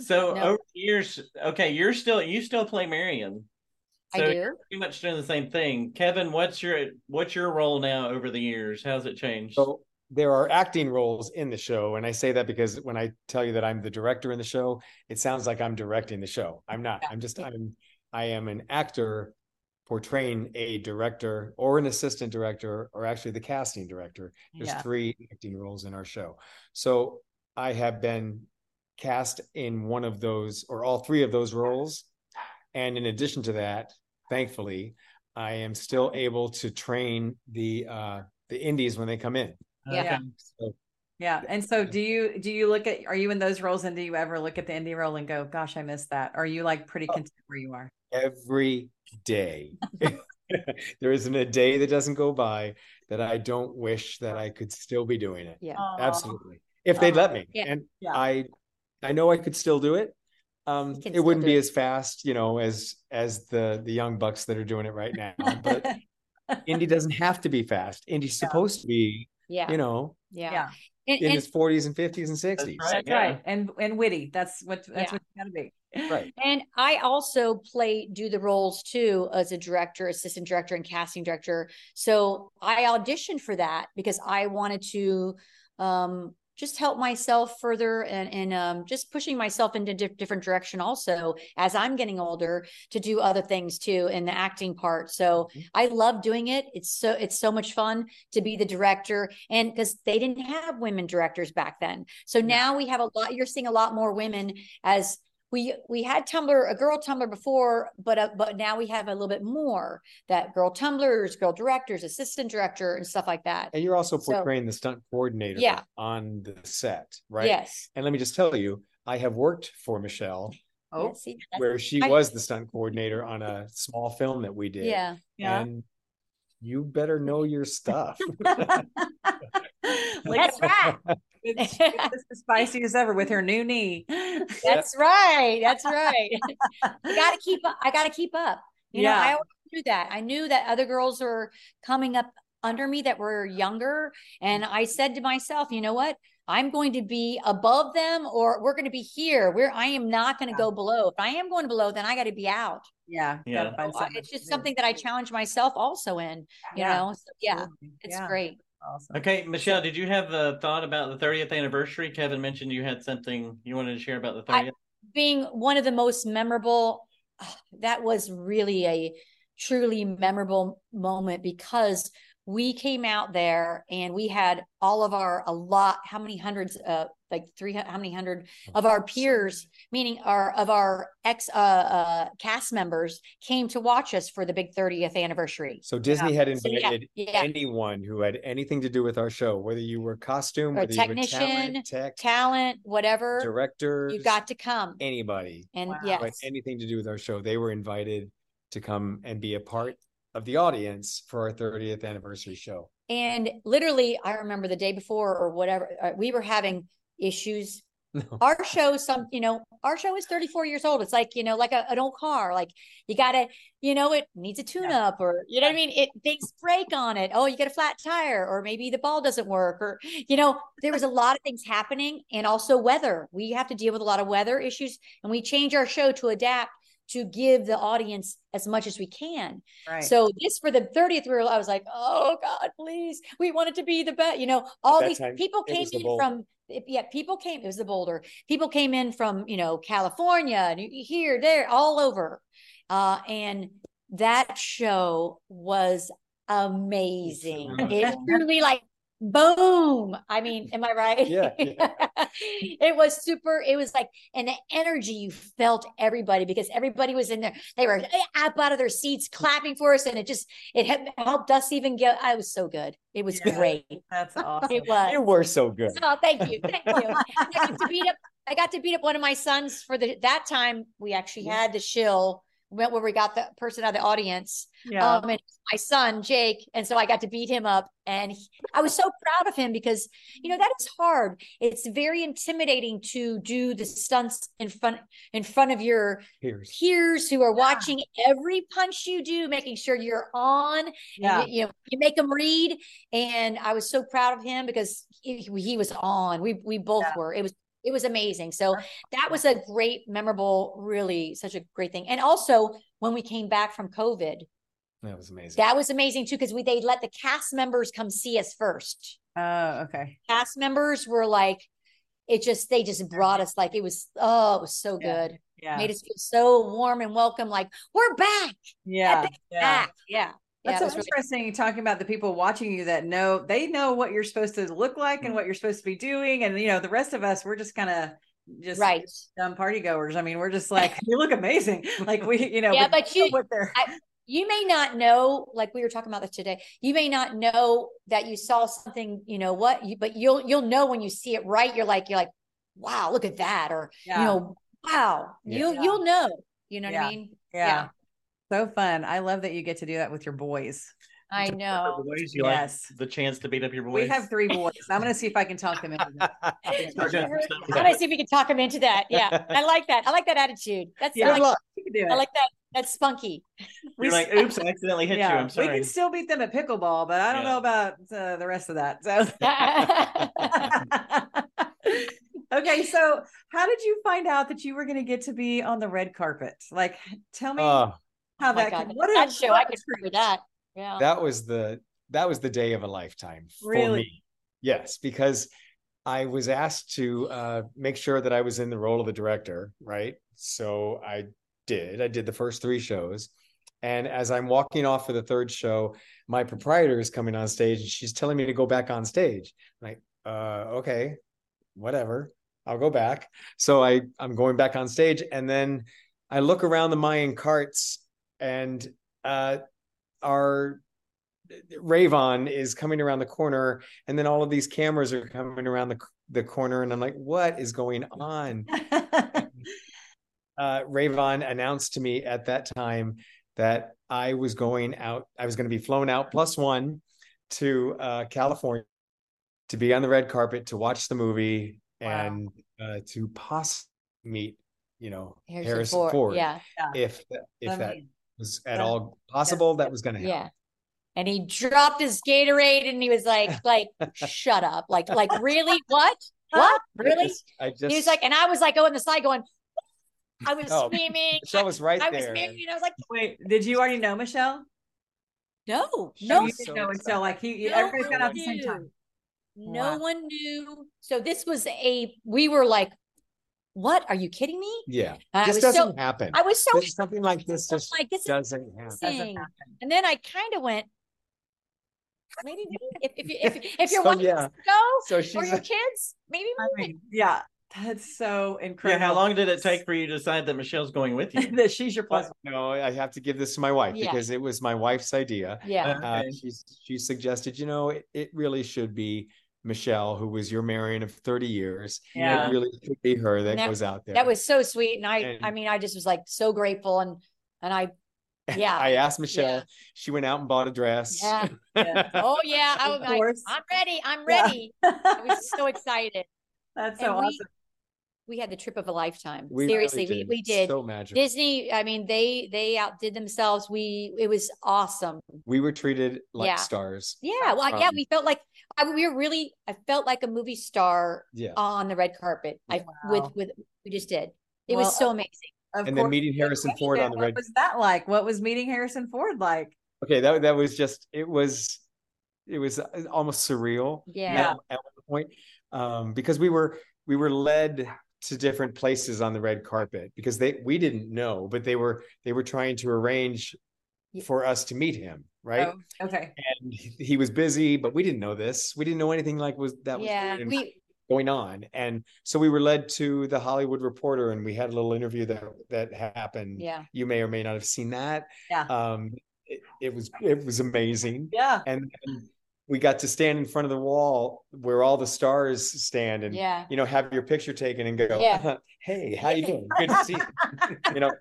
A: So
D: No.
A: over the years, okay, you're still you still play Marion. So
D: i
A: you're
D: do
A: pretty much doing the same thing. Kevin, what's your what's your role now over the years? How's it changed?
C: so there are acting roles in the show and i say that because when i tell you that i'm the director in the show it sounds like i'm directing the show i'm not i'm just i'm i am an actor portraying a director or an assistant director or actually the casting director There's
B: Yeah.
C: three acting roles in our show. So I have been cast in one of those or all three of those roles. And in addition to that, thankfully, I am still able to train the uh the indies when they come in.
A: Okay.
D: Yeah.
C: So
B: Yeah. And so do you do you look at are you in those roles and do you ever look at the indie role and go, gosh, I missed that? Or are you like pretty content where you are?
C: every day. there isn't a day that doesn't go by that I don't wish that I could still be doing it.
D: Yeah.
C: Absolutely. If they'd let me.
D: Um, Yeah.
C: And
B: Yeah.
C: I I know I could still do it. Um
D: You can
C: it wouldn't
D: still do
C: be
D: it.
C: as fast, you know, as as the the young bucks that are doing it right now, but Indy doesn't have to be fast. Indy's supposed to be,
D: yeah.
C: you know,
D: yeah.
B: Yeah.
D: And,
C: in
D: and-
C: his 40s and 50s and 60s.
A: right.
B: That's right. And and witty. That's what that's
D: Yeah.
B: what you gotta be.
C: Right.
D: And I also play do the roles too as a director, assistant director, and casting director. So I auditioned for that because I wanted to um, just help myself further and, and um, just pushing myself into di- different direction. Also, as I'm getting older, to do other things too in the acting part. So I love doing it. It's so it's so much fun to be the director, and because they didn't have women directors back then. So now we have a lot. You're seeing a lot more women as we we had Tumblr, a girl Tumblr before, but uh, but now we have a little bit more that girl Tumblers, girl directors, assistant director, and stuff like that.
C: And you're also
D: So-
C: portraying the stunt coordinator
D: Yeah.
C: on the set, right?
D: Yes.
C: And let me just tell you, I have worked for Michelle
B: Oh,
D: Yeah, see, that's-
C: where she
D: I-
C: was the stunt coordinator on a small film that we did.
D: yeah.
B: yeah.
C: And you better know your stuff.
B: Oh.
D: That's right.
B: It's, it's just as spicy as ever with her new knee.
D: That's right. That's right. I gotta keep up. I gotta keep up. You know,
B: Yeah.
D: I always knew that. I knew that other girls were coming up under me that were younger. And I said to myself, you know what? I'm going to be above them or we're going to be here. Where I am not going to
B: Yeah.
D: go below. If I am going below, then I got to be out.
B: yeah.
A: Yeah.
B: gotta find
D: So I-
B: something
D: Oh, it's
B: to
D: just
B: do.
D: something that I challenge myself also in, you
B: Yeah,
D: know? So, yeah,
B: absolutely.
D: it's
B: Yeah,
D: great.
B: Awesome.
A: Okay, Michelle, did you have a thought about the 30th anniversary? Kevin mentioned you had something you wanted to share about the
D: I-
A: 30th.
D: Being one of the most memorable, that was really a truly memorable moment because we came out there and we had all of our, a lot, how many hundreds, uh, like three, hu- how many hundred of our peers, meaning our, of our ex, uh, uh, cast members came to watch us for the big 30th anniversary.
C: So Disney had
D: So, yeah,
C: invited
D: yeah.
C: anyone who had anything to do with our show, whether you were costume,
D: Or
C: whether you were
D: technician,
C: talent, tech,
D: Talent, whatever,
C: director,
D: you got to come.
C: anybody,
D: And
B: Wow.
D: yes.
C: but anything to do with our show, they were invited to come and be a part of the audience for our 30th anniversary show.
D: And literally, I remember the day before or whatever, uh, we were having issues.
C: No.
D: Our show, some, you know, our show is 34 years old. It's like, you know, like a, an old car, like you got to, you know, it needs a tune up or, you know what I mean? It things break on it. Oh, you get a flat tire or maybe the ball doesn't work or, you know, there was a lot of things happening and also weather. We have to deal with a lot of weather issues and we change our show to adapt to give the audience as much as we can.
B: Right.
D: So this for the 30th rule, I was like, oh God, please. We wanted to be the best. You know, all
C: that
D: these
C: time,
D: people
C: it
D: came
C: was the
D: in
C: Boulder.
D: from yeah, people came, it was the boulder. People came in from, you know, California and here, there, all over. Uh, and that show was amazing. It
A: Wonderful.
D: truly like boom. I mean, am I right?
C: Yeah, yeah.
D: it was super. It was like, and the energy you felt everybody because everybody was in there. They were up out of their seats clapping for us, and it just it had- helped us even get. I was so good. It was
B: Yeah.
D: great.
B: That's awesome.
D: It was.
C: You were so good.
D: Oh, thank you, thank you. I got to beat up. I got to beat up one of my sons for the that time. We actually had the shill went where we got the person out of the audience
B: yeah.
D: um, and my son Jake, and so I got to beat him up, and he- I was so proud of him because you know that is hard. It's very intimidating to do the stunts in front in front of your
C: Here's
D: peers who are watching every punch you do, making sure you're on.
B: yeah.
D: You, you know, you make them read, and I was so proud of him because he, he was on. We we both
B: Yeah.
D: were. It was it was amazing. So
B: That's
D: that was a great, memorable, really such a great thing. And also when we came back from COVID.
C: that was amazing.
D: That was amazing too, because we they let the cast members come see us first.
B: Oh, okay.
D: Cast members were like, it just they just brought us like it was oh it was so
B: Yeah.
D: good.
B: Yeah.
D: Made us feel so warm and welcome, like we're back,
B: yeah. Yeah.
D: back. Yeah. Yeah.
B: That's
D: it
B: so
D: was really-
B: interesting. talking about the people watching you that know they know what you're supposed to look like and what you're supposed to be doing, and you know the rest of us, we're just kind of just
D: right.
B: dumb party goers. I mean, we're just like you look amazing, like we, you know,
D: Yeah,
B: we
D: but
B: know
D: you-
B: what they're
D: I- you may not know like we were talking about this today you may not know that you saw something you know what you, but you'll you'll know when you see it right you're like you're like wow look at that or
B: Yeah.
D: you know wow
C: Yeah.
D: you
B: Yeah.
D: you'll know you know
B: Yeah.
D: what i mean
B: Yeah. So fun. I love that you get to do that with your boys.
D: i know
A: Boys, you like
B: Yes.
A: the chance to beat up your boys.
B: We have three boys. I'm going to see if I can talk them into that.
A: Okay.
D: i'm gonna see if we can talk him into that yeah i like that i like that attitude that's
B: Yeah.
D: I, like,
B: You can do it.
D: I like that that's spunky
A: You're like, oops, I accidentally hit you. I'm
B: We
A: sorry.
B: can still beat them at pickleball, but I don't
A: Yeah.
B: know about uh, the rest of that. So, okay. So, how did you find out that you were going to get to be on the red carpet? Like, tell me
C: Oh,
B: how
D: oh my
B: that.
D: god
B: could-
D: what
B: a-
D: that show i
B: what a
D: could
B: treat.
D: prove that yeah
C: that was the that was the day of a lifetime for
B: Really?
C: me. Yes, because I was asked to uh, make sure that I was in the role of a director, right? So I did. I did the first three shows, and as I'm walking off for the third show, my proprietor is coming on stage, and she's telling me to go back on stage. I'm like, uh, okay, whatever, I'll go back. So I I'm going back on stage, and then I look around the Mayan carts, and uh, our Ravon is coming around the corner, and then all of these cameras are coming around the the corner, and I'm like, what is going on? Uh, Ravon announced to me at that time that I was going out. I was going to be flown out plus one to uh, California to be on the red carpet to watch the movie
B: Wow.
C: and uh, to possibly meet, you know,
D: Harrison
C: Harrison
D: Ford,
C: Ford.
D: yeah
C: If if that
B: Amazing.
C: was at
B: that-
C: all possible, that was going to happen.
D: yeah and he dropped his gatorade and he was like like shut up like like really what what really
C: I just
D: he was like and i was like going the side going i was
C: Oh,
D: screaming
C: Michelle was right
D: i was
C: there.
D: married and i was like
B: Wait, did you already know Michelle?
D: no
C: She
D: no
B: you
C: so
B: didn't know until
C: excited.
B: like he.
D: No
B: everybody got
D: one
B: out at the same
D: knew.
B: time.
D: No
B: Wow.
D: one knew. So this was a we were like, what? Are you kidding me?
C: yeah,
D: And I
C: this
D: was
C: doesn't
D: so
C: happen.
D: I was so
C: This- something like this just
D: like this is
C: doesn't happen.
B: Doesn't
D: amazing.
B: happen.
D: And then I kind of went, maybe if if you if, if you're
C: So,
D: watching
C: yeah.
D: this show
C: So
D: or
C: she's
D: your kids, maybe
B: I mean, yeah, that's so
A: Yeah,
B: incredible.
A: how long did it take for you to decide that Michelle's going with you?
B: that she's your plus?
C: but no, I have to give this to my wife
D: Yeah.
C: because it was my wife's idea.
D: yeah.
C: Uh,
A: Okay.
C: she she suggested, you know, it, it really should be Michelle, who was your Marion of thirty years.
B: Yeah.
C: It really should be her that,
D: that-
C: goes out there.
D: That was so sweet. And I I
C: And-
D: mean I just was like so grateful and and I yeah.
C: I asked Michelle. She went out and bought a dress.
D: yeah.
B: Yeah.
D: Oh yeah. I
B: Of
D: was like,
B: course.
D: I'm ready. I'm
B: Yeah.
D: ready. I was so excited.
B: that's so
D: and we-
B: awesome.
D: We had the trip of a lifetime.
C: We really
D: Seriously, we, we did.
C: so magical.
D: Disney, I mean, they they outdid themselves. We it was awesome.
C: we were treated like
D: Yeah.
C: stars.
D: Yeah, well, yeah,
C: Um,
D: we felt like I, we were really. I felt like a movie star
C: Yeah.
D: on the red carpet. I
B: Wow.
D: with with we just did. It
B: Well,
D: was so amazing.
B: Of
C: and then
B: course,
C: meeting Harrison
B: Question,
C: Ford on the
B: what
C: red.
B: was that like? What was meeting Harrison Ford like?
C: Okay, that that was just it was it was uh, almost surreal.
D: Yeah.
C: at, at one point um, because we were we were led to different places on the red carpet because they we didn't know but they were they were trying to arrange
D: Yeah.
C: for us to meet him right
B: Oh, okay.
C: and he, he was busy but we didn't know this we didn't know anything like was that was
D: yeah,
C: going-
D: we
C: going on and so we were led to the hollywood reporter and we had a little interview that that happened
D: yeah.
C: you may or may not have seen that
B: Yeah.
C: um it, it was it was amazing
B: Yeah.
C: and then we got to stand in front of the wall where all the stars stand and
D: Yeah.
C: you know have your picture taken and go
D: Yeah.
C: hey how you doing good to see you you know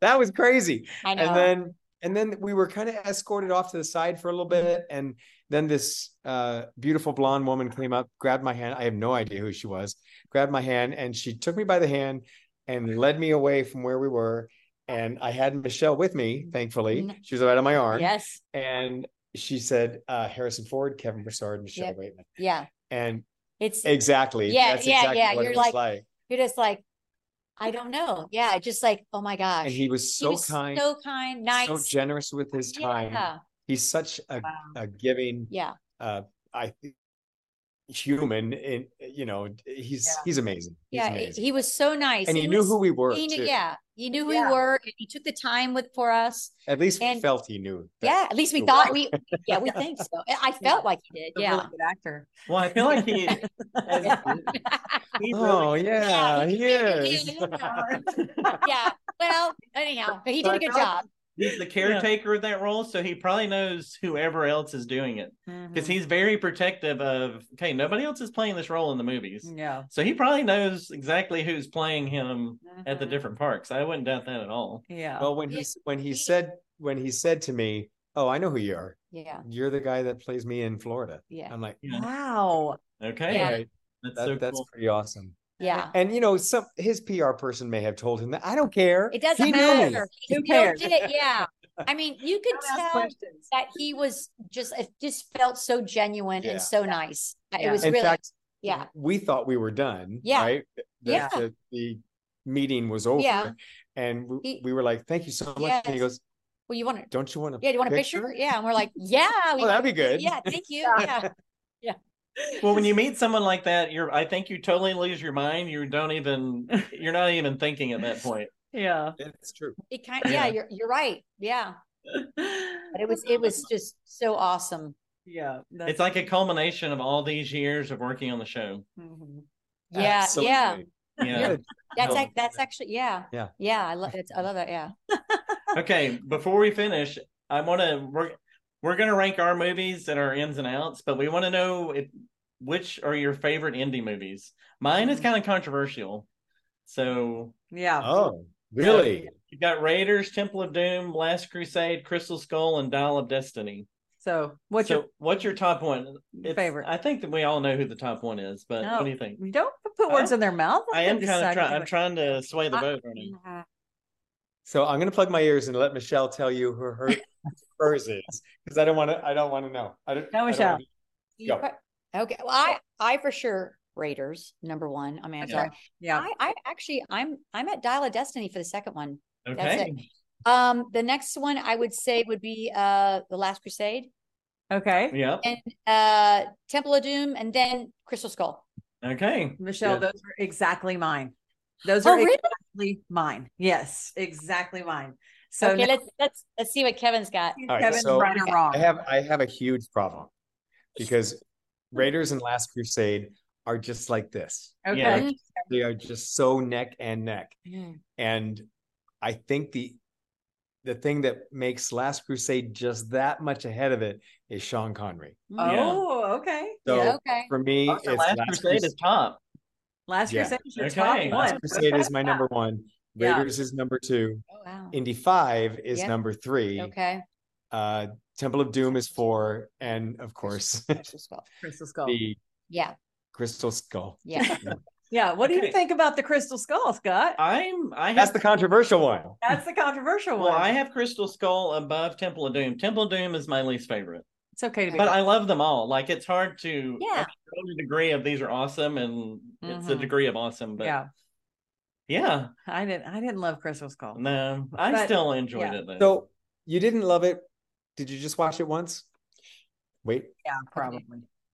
C: that was crazy
D: I know.
C: and then and then we were kind of escorted off to the side for a little bit and then this uh, beautiful blonde woman came up grabbed my hand i have no idea who she was grabbed my hand and she took me by the hand and led me away from where we were and i had michelle with me thankfully
D: N-
C: she was right on my arm
D: yes.
C: and she said uh, Harrison Ford, Kevin Broussard, and Michelle
D: Yep.
C: Waitman.
D: Yeah.
C: And
D: It's
C: exactly,
D: Yeah,
C: that's
D: yeah,
C: exactly
D: yeah,
C: what
D: you're
C: it was
D: like-
C: like.
D: you're just like I don't know. Yeah, just like oh my gosh.
C: And he was so
D: was
C: kind, so,
D: so kind, nice,
C: generous with his time.
D: Yeah.
C: He's such a,
B: Wow.
C: a giving,
D: Yeah.
C: uh, I think, human. And uh, you know, he's
B: Yeah.
C: he's amazing. He's
D: Yeah,
C: amazing.
D: he was so nice.
C: and he, knew
D: was-
C: who we were.
D: he knew,
C: too.
D: yeah, he knew who
B: Yeah.
D: we were. And he took the time with for us.
C: At least we
D: And-
C: felt he knew. that.
D: Yeah, at least we
C: who
D: thought we. Yeah, we think so. I I
B: Yeah.
D: felt like he did.
B: A
D: Yeah,
B: really good actor.
A: Well, I feel like he. as- he really-
C: Oh yeah, he
D: Yeah, he
C: is.
D: did. yeah. Well, anyhow, but he did a good
B: But-
D: job.
A: he's the caretaker of that role, so he probably knows whoever else is doing it because
B: Mm-hmm.
D: Mhm.
B: Mm.
A: he's very protective of. Okay, nobody else is playing this role in the movies,
B: No.
A: so he probably knows exactly who's playing him at the
D: Mhm.
A: different parks. I wouldn't doubt that at all.
B: Mm-hmm. Yeah.
C: Well, when he when he said when he said to me, "Oh, I know who you are.
D: Yeah.
C: You're the guy that plays me in Florida."
D: Yeah.
C: I'm like,
A: Yeah.
B: Wow.
A: Okay,
D: Yeah.
C: "Alright,
A: that's
C: that-
A: so
C: that's
A: cool.
C: pretty awesome."
D: Yeah.
C: And you know, some his PR person may have told him that. I don't care.
D: It doesn't
C: He knew me.
D: matter.
B: Who
D: He still
B: cares?
D: did it. Yeah. I mean, you could
B: Don't ask
D: tell
B: questions.
D: that he was just, it just felt so genuine
C: Yeah.
D: and so nice. It
B: Yeah.
D: was
C: In
D: really,
C: fact,
D: yeah.
C: we thought we were done.
D: Yeah.
C: Right. That
D: Yeah.
C: The, the meeting was over.
D: Yeah.
C: And we,
D: He-
C: we were like, thank you so much. And he
D: Yes.
C: goes,
D: Well, you want to,
C: don't you want to?
D: yeah, do you want a picture? Yeah. And we're like, yeah. we
C: Oh, that'd be good.
D: Yeah. Thank you.
B: Yeah.
D: Yeah.
A: Well, when you meet someone like that, you're I think you totally lose your mind. You don't even you're not even thinking at that point.
B: Yeah.
C: It's true.
D: It kind yeah,
A: Yeah.
D: you're, you're right. Yeah. But it was, it was just so awesome.
B: Yeah. that's-
A: It's like a culmination of all these years of working on the show.
B: Mhm.
D: Yeah. Yeah.
C: Absolutely. Oh,
A: Yeah.
C: Yeah.
D: That's,
A: No.
D: ac- that's actually, yeah.
C: Yeah.
D: Yeah. I love it. I love that. Yeah.
A: okay before we finish i want to we're, we're going to rank our movies that are ins and outs but we want to know if which are your favorite indie movies mine is kind of controversial so
B: Yeah.
C: Oh, really?
A: you've got raiders temple of doom last crusade crystal skull and dial of destiny
B: So what's
A: so what's your top one
B: your favorite?
A: i think that we all know who the top one is but
B: No.
A: what do you think
B: Don't put words in their mouth.
A: i am
B: Let them
A: kind of
B: decide
A: trying
B: what
A: i'm
B: they-
A: trying to sway the
D: I-
A: vote right now.
C: Mm-hmm. So I'm going to plug my ears and let Michelle tell you who her hers is because I don't want to. I don't want to know. I don't.
B: Go,
C: I don't
B: Michelle.
C: wanna-
D: You
C: Go.
D: pro- Okay. Well, I, I for sure Raiders number one. I mean, I'm
A: Okay.
D: sorry.
B: Yeah.
D: I, I actually, I'm, I'm at Dial of Destiny for the second one. That's
A: okay
D: Um, the next one I would say would be uh, the Last Crusade,
B: Okay.
A: yep
D: uh, Temple of Doom, and then Crystal Skull.
A: okay
B: Michelle,
C: Yeah.
B: those are exactly mine. Those
D: Oh,
B: are
D: really?
B: exactly mine. Yes, exactly mine. So
D: okay,
B: now
D: let's let's let's see what Kevin's got.
B: Kevin's
C: All right, so
B: right or wrong.
C: I have. I have a huge problem because Raiders and Last Crusade are just like this.
B: okay.
A: Yeah.
D: Mhm.
C: They are just so neck and neck.
D: Mm-hmm.
C: and i think the the thing that makes last crusade just that much ahead of it is sean connery
A: Yeah.
B: Oh, okay.
C: so
D: Yeah, okay.
C: for me
A: Also,
C: it's
A: last crusade is top
B: Last
C: Yeah.
B: Crusade is your
A: Okay.
B: top
A: Last
B: one.
C: last crusade is my number one
B: Yeah.
C: raiders is number two
D: Oh wow.
C: indy five is
D: Yeah.
C: number three
D: Okay.
C: uh temple of doom is four and of course
D: Crystal Skull.
B: Crystal Skull.
C: the
D: Yeah.
C: crystal skull
D: Yeah.
B: Yeah. What do
A: Okay. Uh,
B: you think about the Crystal Skull, Scott?
A: i'm i have
C: that's the controversial one
B: That's the controversial
A: Well,
B: one.
A: I have Crystal Skull above Temple of Doom. Temple of Doom is my least favorite,
B: it's okay to be.
A: but I love them all. Like it's hard to
D: Yeah.
A: I mean, there's a degree of these are awesome, and it's a
D: Mhm.
A: degree of awesome. But yeah,
B: yeah, I didn't. I didn't love Crystal Skull.
A: no, I
B: But-
A: still enjoyed
B: yeah.
A: it though.
C: so you didn't love it did you just watch it once wait
B: Yeah, probably.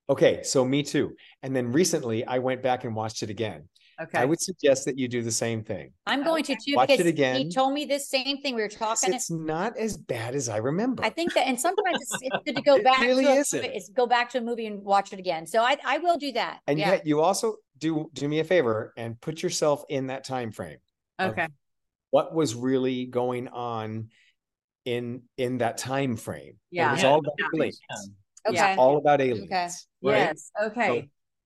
C: Okay, so me too. And then recently I went back and watched it again.
B: Okay.
C: I would suggest that you do the same thing.
D: I'm going to too
C: Watch it
D: because
C: again.
D: he told me this same thing. We were talking.
C: It's not as bad as I remember.
D: I think that, and sometimes it's, it's good to go
C: It
D: back.
C: really
D: to a
C: isn't.
D: Movie, is go back to a movie and watch it again. So I I will do that.
C: and
D: yeah.
C: yet you also do do me a favor and put yourself in that time frame. of
B: okay.
C: What was really going on in in that time frame?
B: Yeah.
C: It's
A: Yeah.
C: all about
B: Yeah.
C: aliens.
D: okay.
B: yeah.
C: All about aliens. right?
B: Yes. Okay.
D: All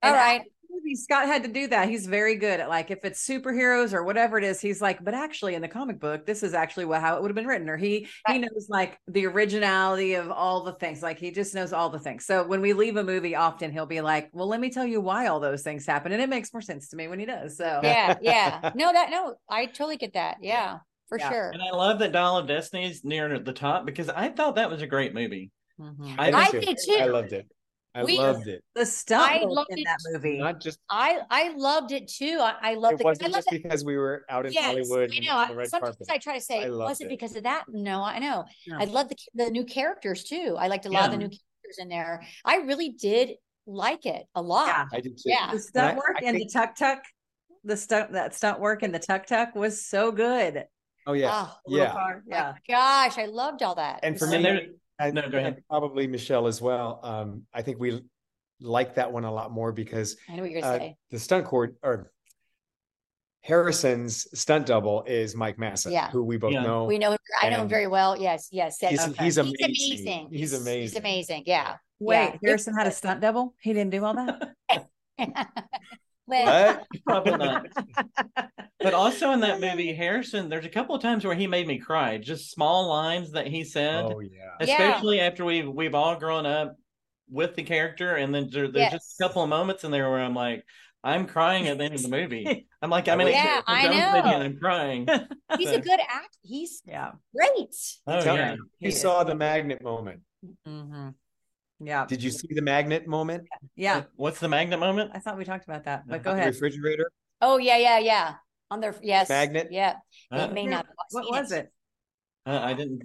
B: And
D: right.
B: movie, Scott had to do that. He's very good at like if it's superheroes or whatever it is, he's like, but actually in the comic book, this is actually what, how it would have been written. Or he he
D: Right.
B: knows like the originality of all the things. Like he just knows all the things. So when we leave a movie, often he'll be like, Well, let me tell you why all those things happen. And it makes more sense to me when he does. So
D: Yeah. Yeah. No, that no, I totally get that. Yeah, for
B: Yeah.
D: sure.
A: And I love that Dial of Destiny is near the top because I thought that was a great movie.
B: Mhm.
A: I,
D: I
C: did
D: did too.
C: I loved it. I
D: We-
C: loved it.
B: the stuff
D: I
B: in
D: loved it
B: that movie.
C: Not just
D: I I loved it too. I, I loved
C: it
D: the. I
C: wasn't
D: love
C: just because we were out in Hollywood.
D: I
C: and
D: know.
C: on
D: I-
C: the red
D: Sometimes
C: carpet.
D: I try to say
C: I
D: it
C: loved
D: wasn't
C: it.
D: because of that. No, I know.
B: No.
D: I love the the new characters too. I liked a lot of the
A: Yeah.
D: new characters in there. I really did like it a lot.
B: Yeah.
C: I did too.
D: Yeah.
B: the stunt
C: I-
B: work
C: I
B: and
C: think-
B: the tuck tuck. The stunt that stunt work and the tuck tuck was so good.
C: Oh yeah.
D: Oh,
C: Yeah.
D: my
B: Yeah.
D: gosh, I loved all that.
C: And
D: It
C: for
D: was
A: And
C: me-
D: so-
A: there,
C: I,
A: No, go ahead.
C: and probably Michelle as well. Um, I think we like that one a lot more because
D: I know what you're gonna
C: uh,
D: say.
C: the stunt cord or Harrison's stunt double is Mike Massa,
D: Yeah.
C: who we both
A: Yeah.
C: know.
D: We know him. I know him
C: And-
D: very well. Yes, yes. yes.
C: He's-
B: Okay.
C: he's
D: He's
C: amazing.
D: amazing.
C: He's
D: He's
C: amazing.
D: amazing. Yeah.
B: Wait,
D: Yeah.
B: Harrison had a stunt double. He didn't do all that.
D: Well,
C: What?
A: Probably not. But also in that movie, Harrison, there's a couple of times where he made me cry. Just small lines that he said,
C: Oh yeah.
D: Yeah.
A: especially after we've we've all grown up with the character, and then there, there's just a
D: Yes.
A: couple of moments in there where I'm like, I'm crying at the end of the movie. I'm like, I'm in
D: Yeah,
A: a
D: I
A: Jones movie and
D: know.
A: I'm crying.
D: he's a good act. He's
B: Yeah.
D: great.
A: Oh
C: Tell
A: yeah,
C: me, you
B: He is.
C: saw the magnet moment.
D: Mhm.
B: Mm-hmm. Yeah.
C: Did you see the magnet moment?
B: Yeah.
A: What's the magnet moment?
B: I thought we talked about that, but
A: Yeah.
B: go
C: The
B: ahead.
C: refrigerator.
D: Oh yeah, yeah, yeah. On their yes,
C: Magnet?
D: Yeah,
A: Uh,
D: it may
B: Yeah.
D: not. have
B: What
D: seen
B: was it?
A: uh, I didn't.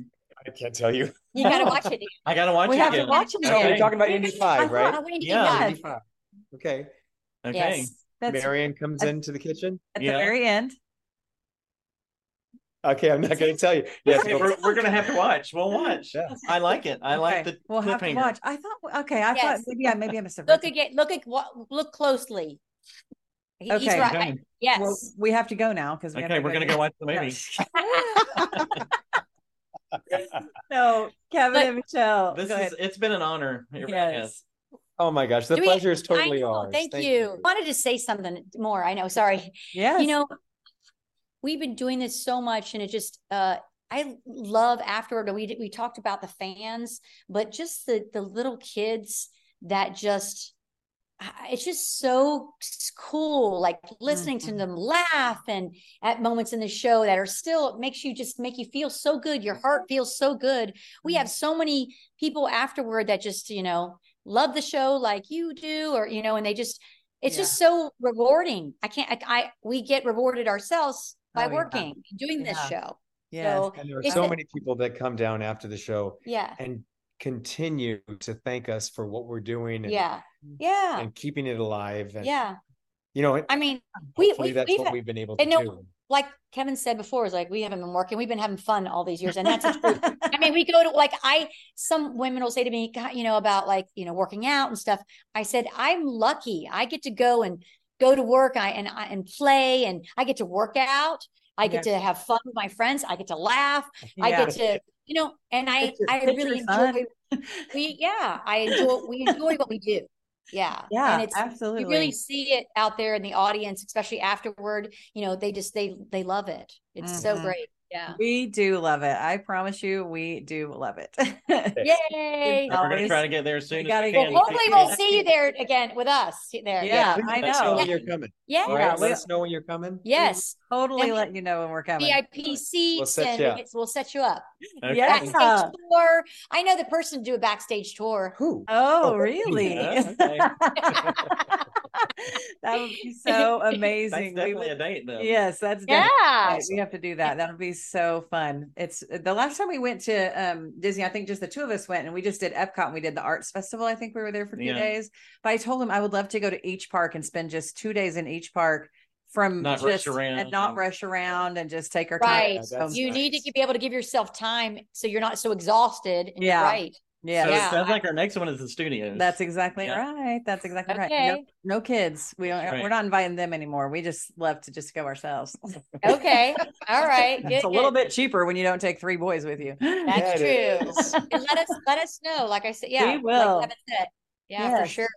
C: I can't tell you.
D: You gotta watch it.
A: I gotta watch
B: We
A: it
B: have to
A: again.
B: watch it
A: Okay.
C: No, we're
B: again.
C: talking about Indy Five,
D: I
C: right?
D: thought- I went to
A: Yeah.
D: Indiana.
B: Yes.
C: Indy Five. Okay.
A: Okay.
D: Yes.
B: That's
C: Marion comes
B: that's-
C: into the kitchen.
B: at
A: Yeah.
B: the very end.
C: Okay, I'm not going to tell you. Yes,
A: Okay, we're, we're gonna have to watch. We'll watch.
C: Yeah.
A: I like it. I like
B: Okay,
A: the
B: We'll have to
A: cliffhanger.
B: watch. I thought. Okay. I thought
D: Yes.
B: maybe I maybe I missed
D: Look again. Look at what. Look closely. He- He's
B: Okay.
D: right.
A: Okay,
D: Yes.
B: Well, we have to go now because we have
A: okay
B: to
A: we're gonna
B: do-
A: go watch the movie.
B: No, Kevin
D: But-
B: and Michelle.
A: This
B: go
A: is
B: ahead.
A: it's been an honor. It really has.
B: yes.
C: Oh my gosh, the
D: Do we-
C: pleasure is totally
D: I know.
C: ours.
D: Thank, you. Wanted to say something more. I know. Sorry.
B: Yes.
D: You know, we've been doing this so much, and it just. uh I love afterward. We did- we talked about the fans, but just the the little kids that just. I- It's just so s- cool, like listening
B: Mhm.
D: to them laugh and at moments in the show that are still it makes you just make you feel so good. Your heart feels so good. We have so many people afterward that just you know love the show like you do or you know and they just it's just so rewarding i can't I, I we get rewarded ourselves by
B: Oh, yeah.
D: working and doing this
B: Yeah.
D: show
B: Yes.
D: so
C: And there are
D: Is
C: so
D: it-
C: many people that come down after the show
D: yeah
C: and continue to thank us for what we're doing and,
D: yeah yeah
C: and keeping it alive. And,
D: yeah
C: You know,
D: i mean we-
C: hopefully
D: we-
C: that's
D: we've
C: what
D: had-
C: we've been able to
D: and no-
C: do.
D: like kevin said before is like we haven't been working we've been having fun all these years and that's the truth I mean, we go to like I some women will say to me, God, you know, about like, you know, working out and stuff. I said, I'm lucky. I get to go and go to work I and I and play and I get to work out. I get to have fun with my friends. I get to laugh. I
B: Yeah.
D: get to, you know, and I
B: It's your-
D: I
B: it's your
D: really
B: fun.
D: enjoy we yeah, I enjoy we enjoy what we do. Yeah.
B: yeah.
D: And it's
B: absolutely.
D: you really see it out there in the audience, especially afterward. You know, they just they they love it. It's so
B: Mhm.
D: great. Yeah.
B: we do love it. I promise you, we do love it.
D: Yay.
A: We're gonna
B: Always-
A: try to get there as soon
B: gotta
A: as we
B: go.
A: can.
D: Well, hopefully
B: Yeah.
D: we'll see you there again with us there.
B: Yeah,
C: Please
B: I
C: let us know
B: know.
C: when you're coming.
D: Oh, Yeah.
C: All right,
B: Yeah,
C: let
B: we-
C: us know when you're coming.
D: Yes.
B: totally
D: And
B: let you know when we're coming.
D: VIP seats
C: set
D: and
C: you
D: we
C: up.
D: get- we'll set you up.
A: Okay.
B: Yeah.
D: Backstage tour. I know the person to do a backstage tour.
C: Who?
B: Oh,
C: Oh,
B: really?
A: yeah, okay.
B: that would be so
A: That's
B: amazing. We
A: definitely
B: would,
A: a date though.
B: yes, that's
D: Yeah.
B: definitely right. We have to do that. That'll be so fun. It's uh, the last time we went to um, Disney. I think just the two of us went, and we just did Epcot. and We did the Arts Festival. I think we were there for two
A: Yeah.
B: days. But I told him I would love to go to each park and spend just two days in each park from
A: Not rush
B: just and
A: around.
B: not rush around and just take our time.
D: Right.
C: Yeah, that's
D: you need
C: nice.
D: to be able to give yourself time so you're not so exhausted. And
B: Yeah.
D: yeah. Right.
B: Yeah,
A: So
D: Yeah.
A: it sounds like our next one is the studios.
B: that's exactly
A: Yeah.
B: right. That's exactly right. No
D: Okay.
B: no kids we don't
A: That's right.
B: we're not inviting them anymore we just love to just go ourselves
D: Okay. All right. Good,
B: it's a little
D: good.
B: bit cheaper when you don't take three boys with you
D: That's
C: Yeah, it
D: true.
C: is.
D: And let us let us know. Like I said, yeah. like
B: will.
D: Kevin said. Yeah, for
B: Yes.
D: sure.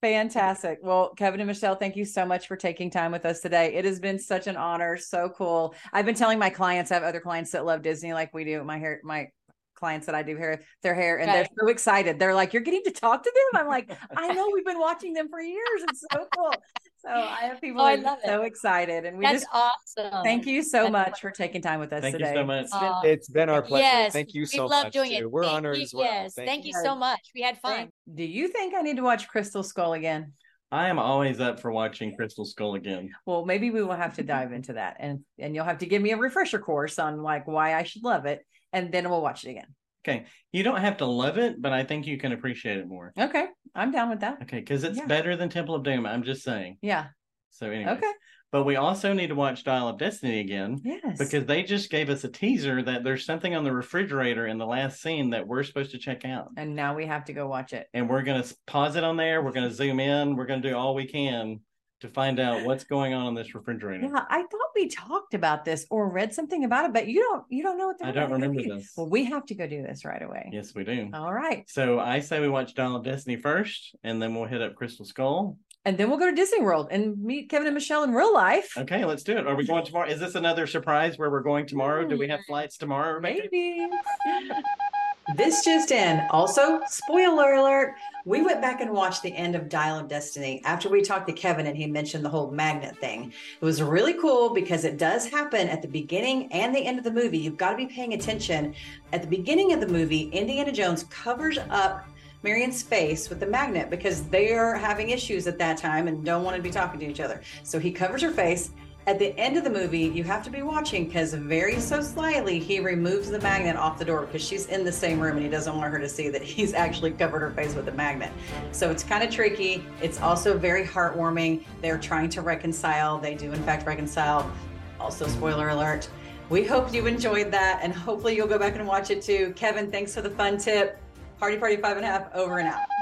B: fantastic well kevin and michelle thank you so much for taking time with us today it has been such an honor so cool i've been telling my clients i have other clients that love disney like we do my hair my clients that i do hair their hair and
D: Right.
B: they're so excited they're like you're getting to talk to them i'm like i know we've been watching them for years it's so cool so i have people
D: Oh, I
B: that are
D: love it.
B: so excited and we
D: That's
B: just
D: awesome.
B: thank you so
D: That's
B: much for taking time with us
A: Thank you
B: today
A: so much.
B: It's been
D: Aw.
C: It's been our pleasure.
D: Yes,
C: Thank you
D: We
C: so
D: love
C: much.
D: doing
C: too.
D: it.
C: We're
D: Thank
C: honored
D: you.
C: as well.
D: Yes. Thank, you so much. We had fun.
B: Thank- Do you think I need to watch Crystal Skull again?
A: I am always up for watching Crystal Skull again.
B: Well, maybe we will have to dive into that, and and you'll have to give me a refresher course on like why I should love it, and then we'll watch it again.
A: You don't have to love it, but I think you can appreciate it more.
B: Okay, I'm down with that.
A: Okay, because it's
B: Yeah.
A: better than Temple of Doom. I'm just saying.
B: Yeah.
A: So anyway.
B: Okay.
A: But we also need to watch Dial of Destiny again
B: Yes.
A: because they just gave us a teaser that there's something on the refrigerator in the last scene that we're supposed to check out.
B: and now we have to go watch it.
A: and we're going to pause it on there. We're going to zoom in. We're going to do all we can to find out what's going on in this refrigerator.
B: Yeah, I thought we talked about this or read something about it, but you don't you don't know what they're
A: I don't
B: gonna
A: remember
B: do.
A: this.
B: Well, um, we have to go do this right away.
A: Yes, we do.
B: All right.
A: So I say we watch Dawn of Destiny first, and then we'll hit up Crystal Skull.
B: And then we'll go to Disney World and meet Kevin and Michelle in real life.
A: Okay, let's do it. Are we going tomorrow? Is this another surprise where we're going tomorrow? Do we have flights tomorrow? Rebecca?
B: Maybe. this just in. Also, spoiler alert, we went back and watched the end of Dial of Destiny after we talked to Kevin and he mentioned the whole magnet thing. It was really cool because it does happen at the beginning and the end of the movie. You've got to be paying attention. At the beginning of the movie, Indiana Jones covers up Marion's face with the magnet because they're having issues at that time and don't want to be talking to each other. So he covers her face. At the end of the movie, you have to be watching because very so slightly he removes the magnet off the door because she's in the same room and he doesn't want her to see that he's actually covered her face with a magnet. So it's kind of tricky. It's also very heartwarming. They're trying to reconcile. They do, in fact, reconcile. Also, spoiler alert. We hope you enjoyed that and hopefully you'll go back and watch it too. Kevin, thanks for the fun tip. Party Party Five and a Half over and out.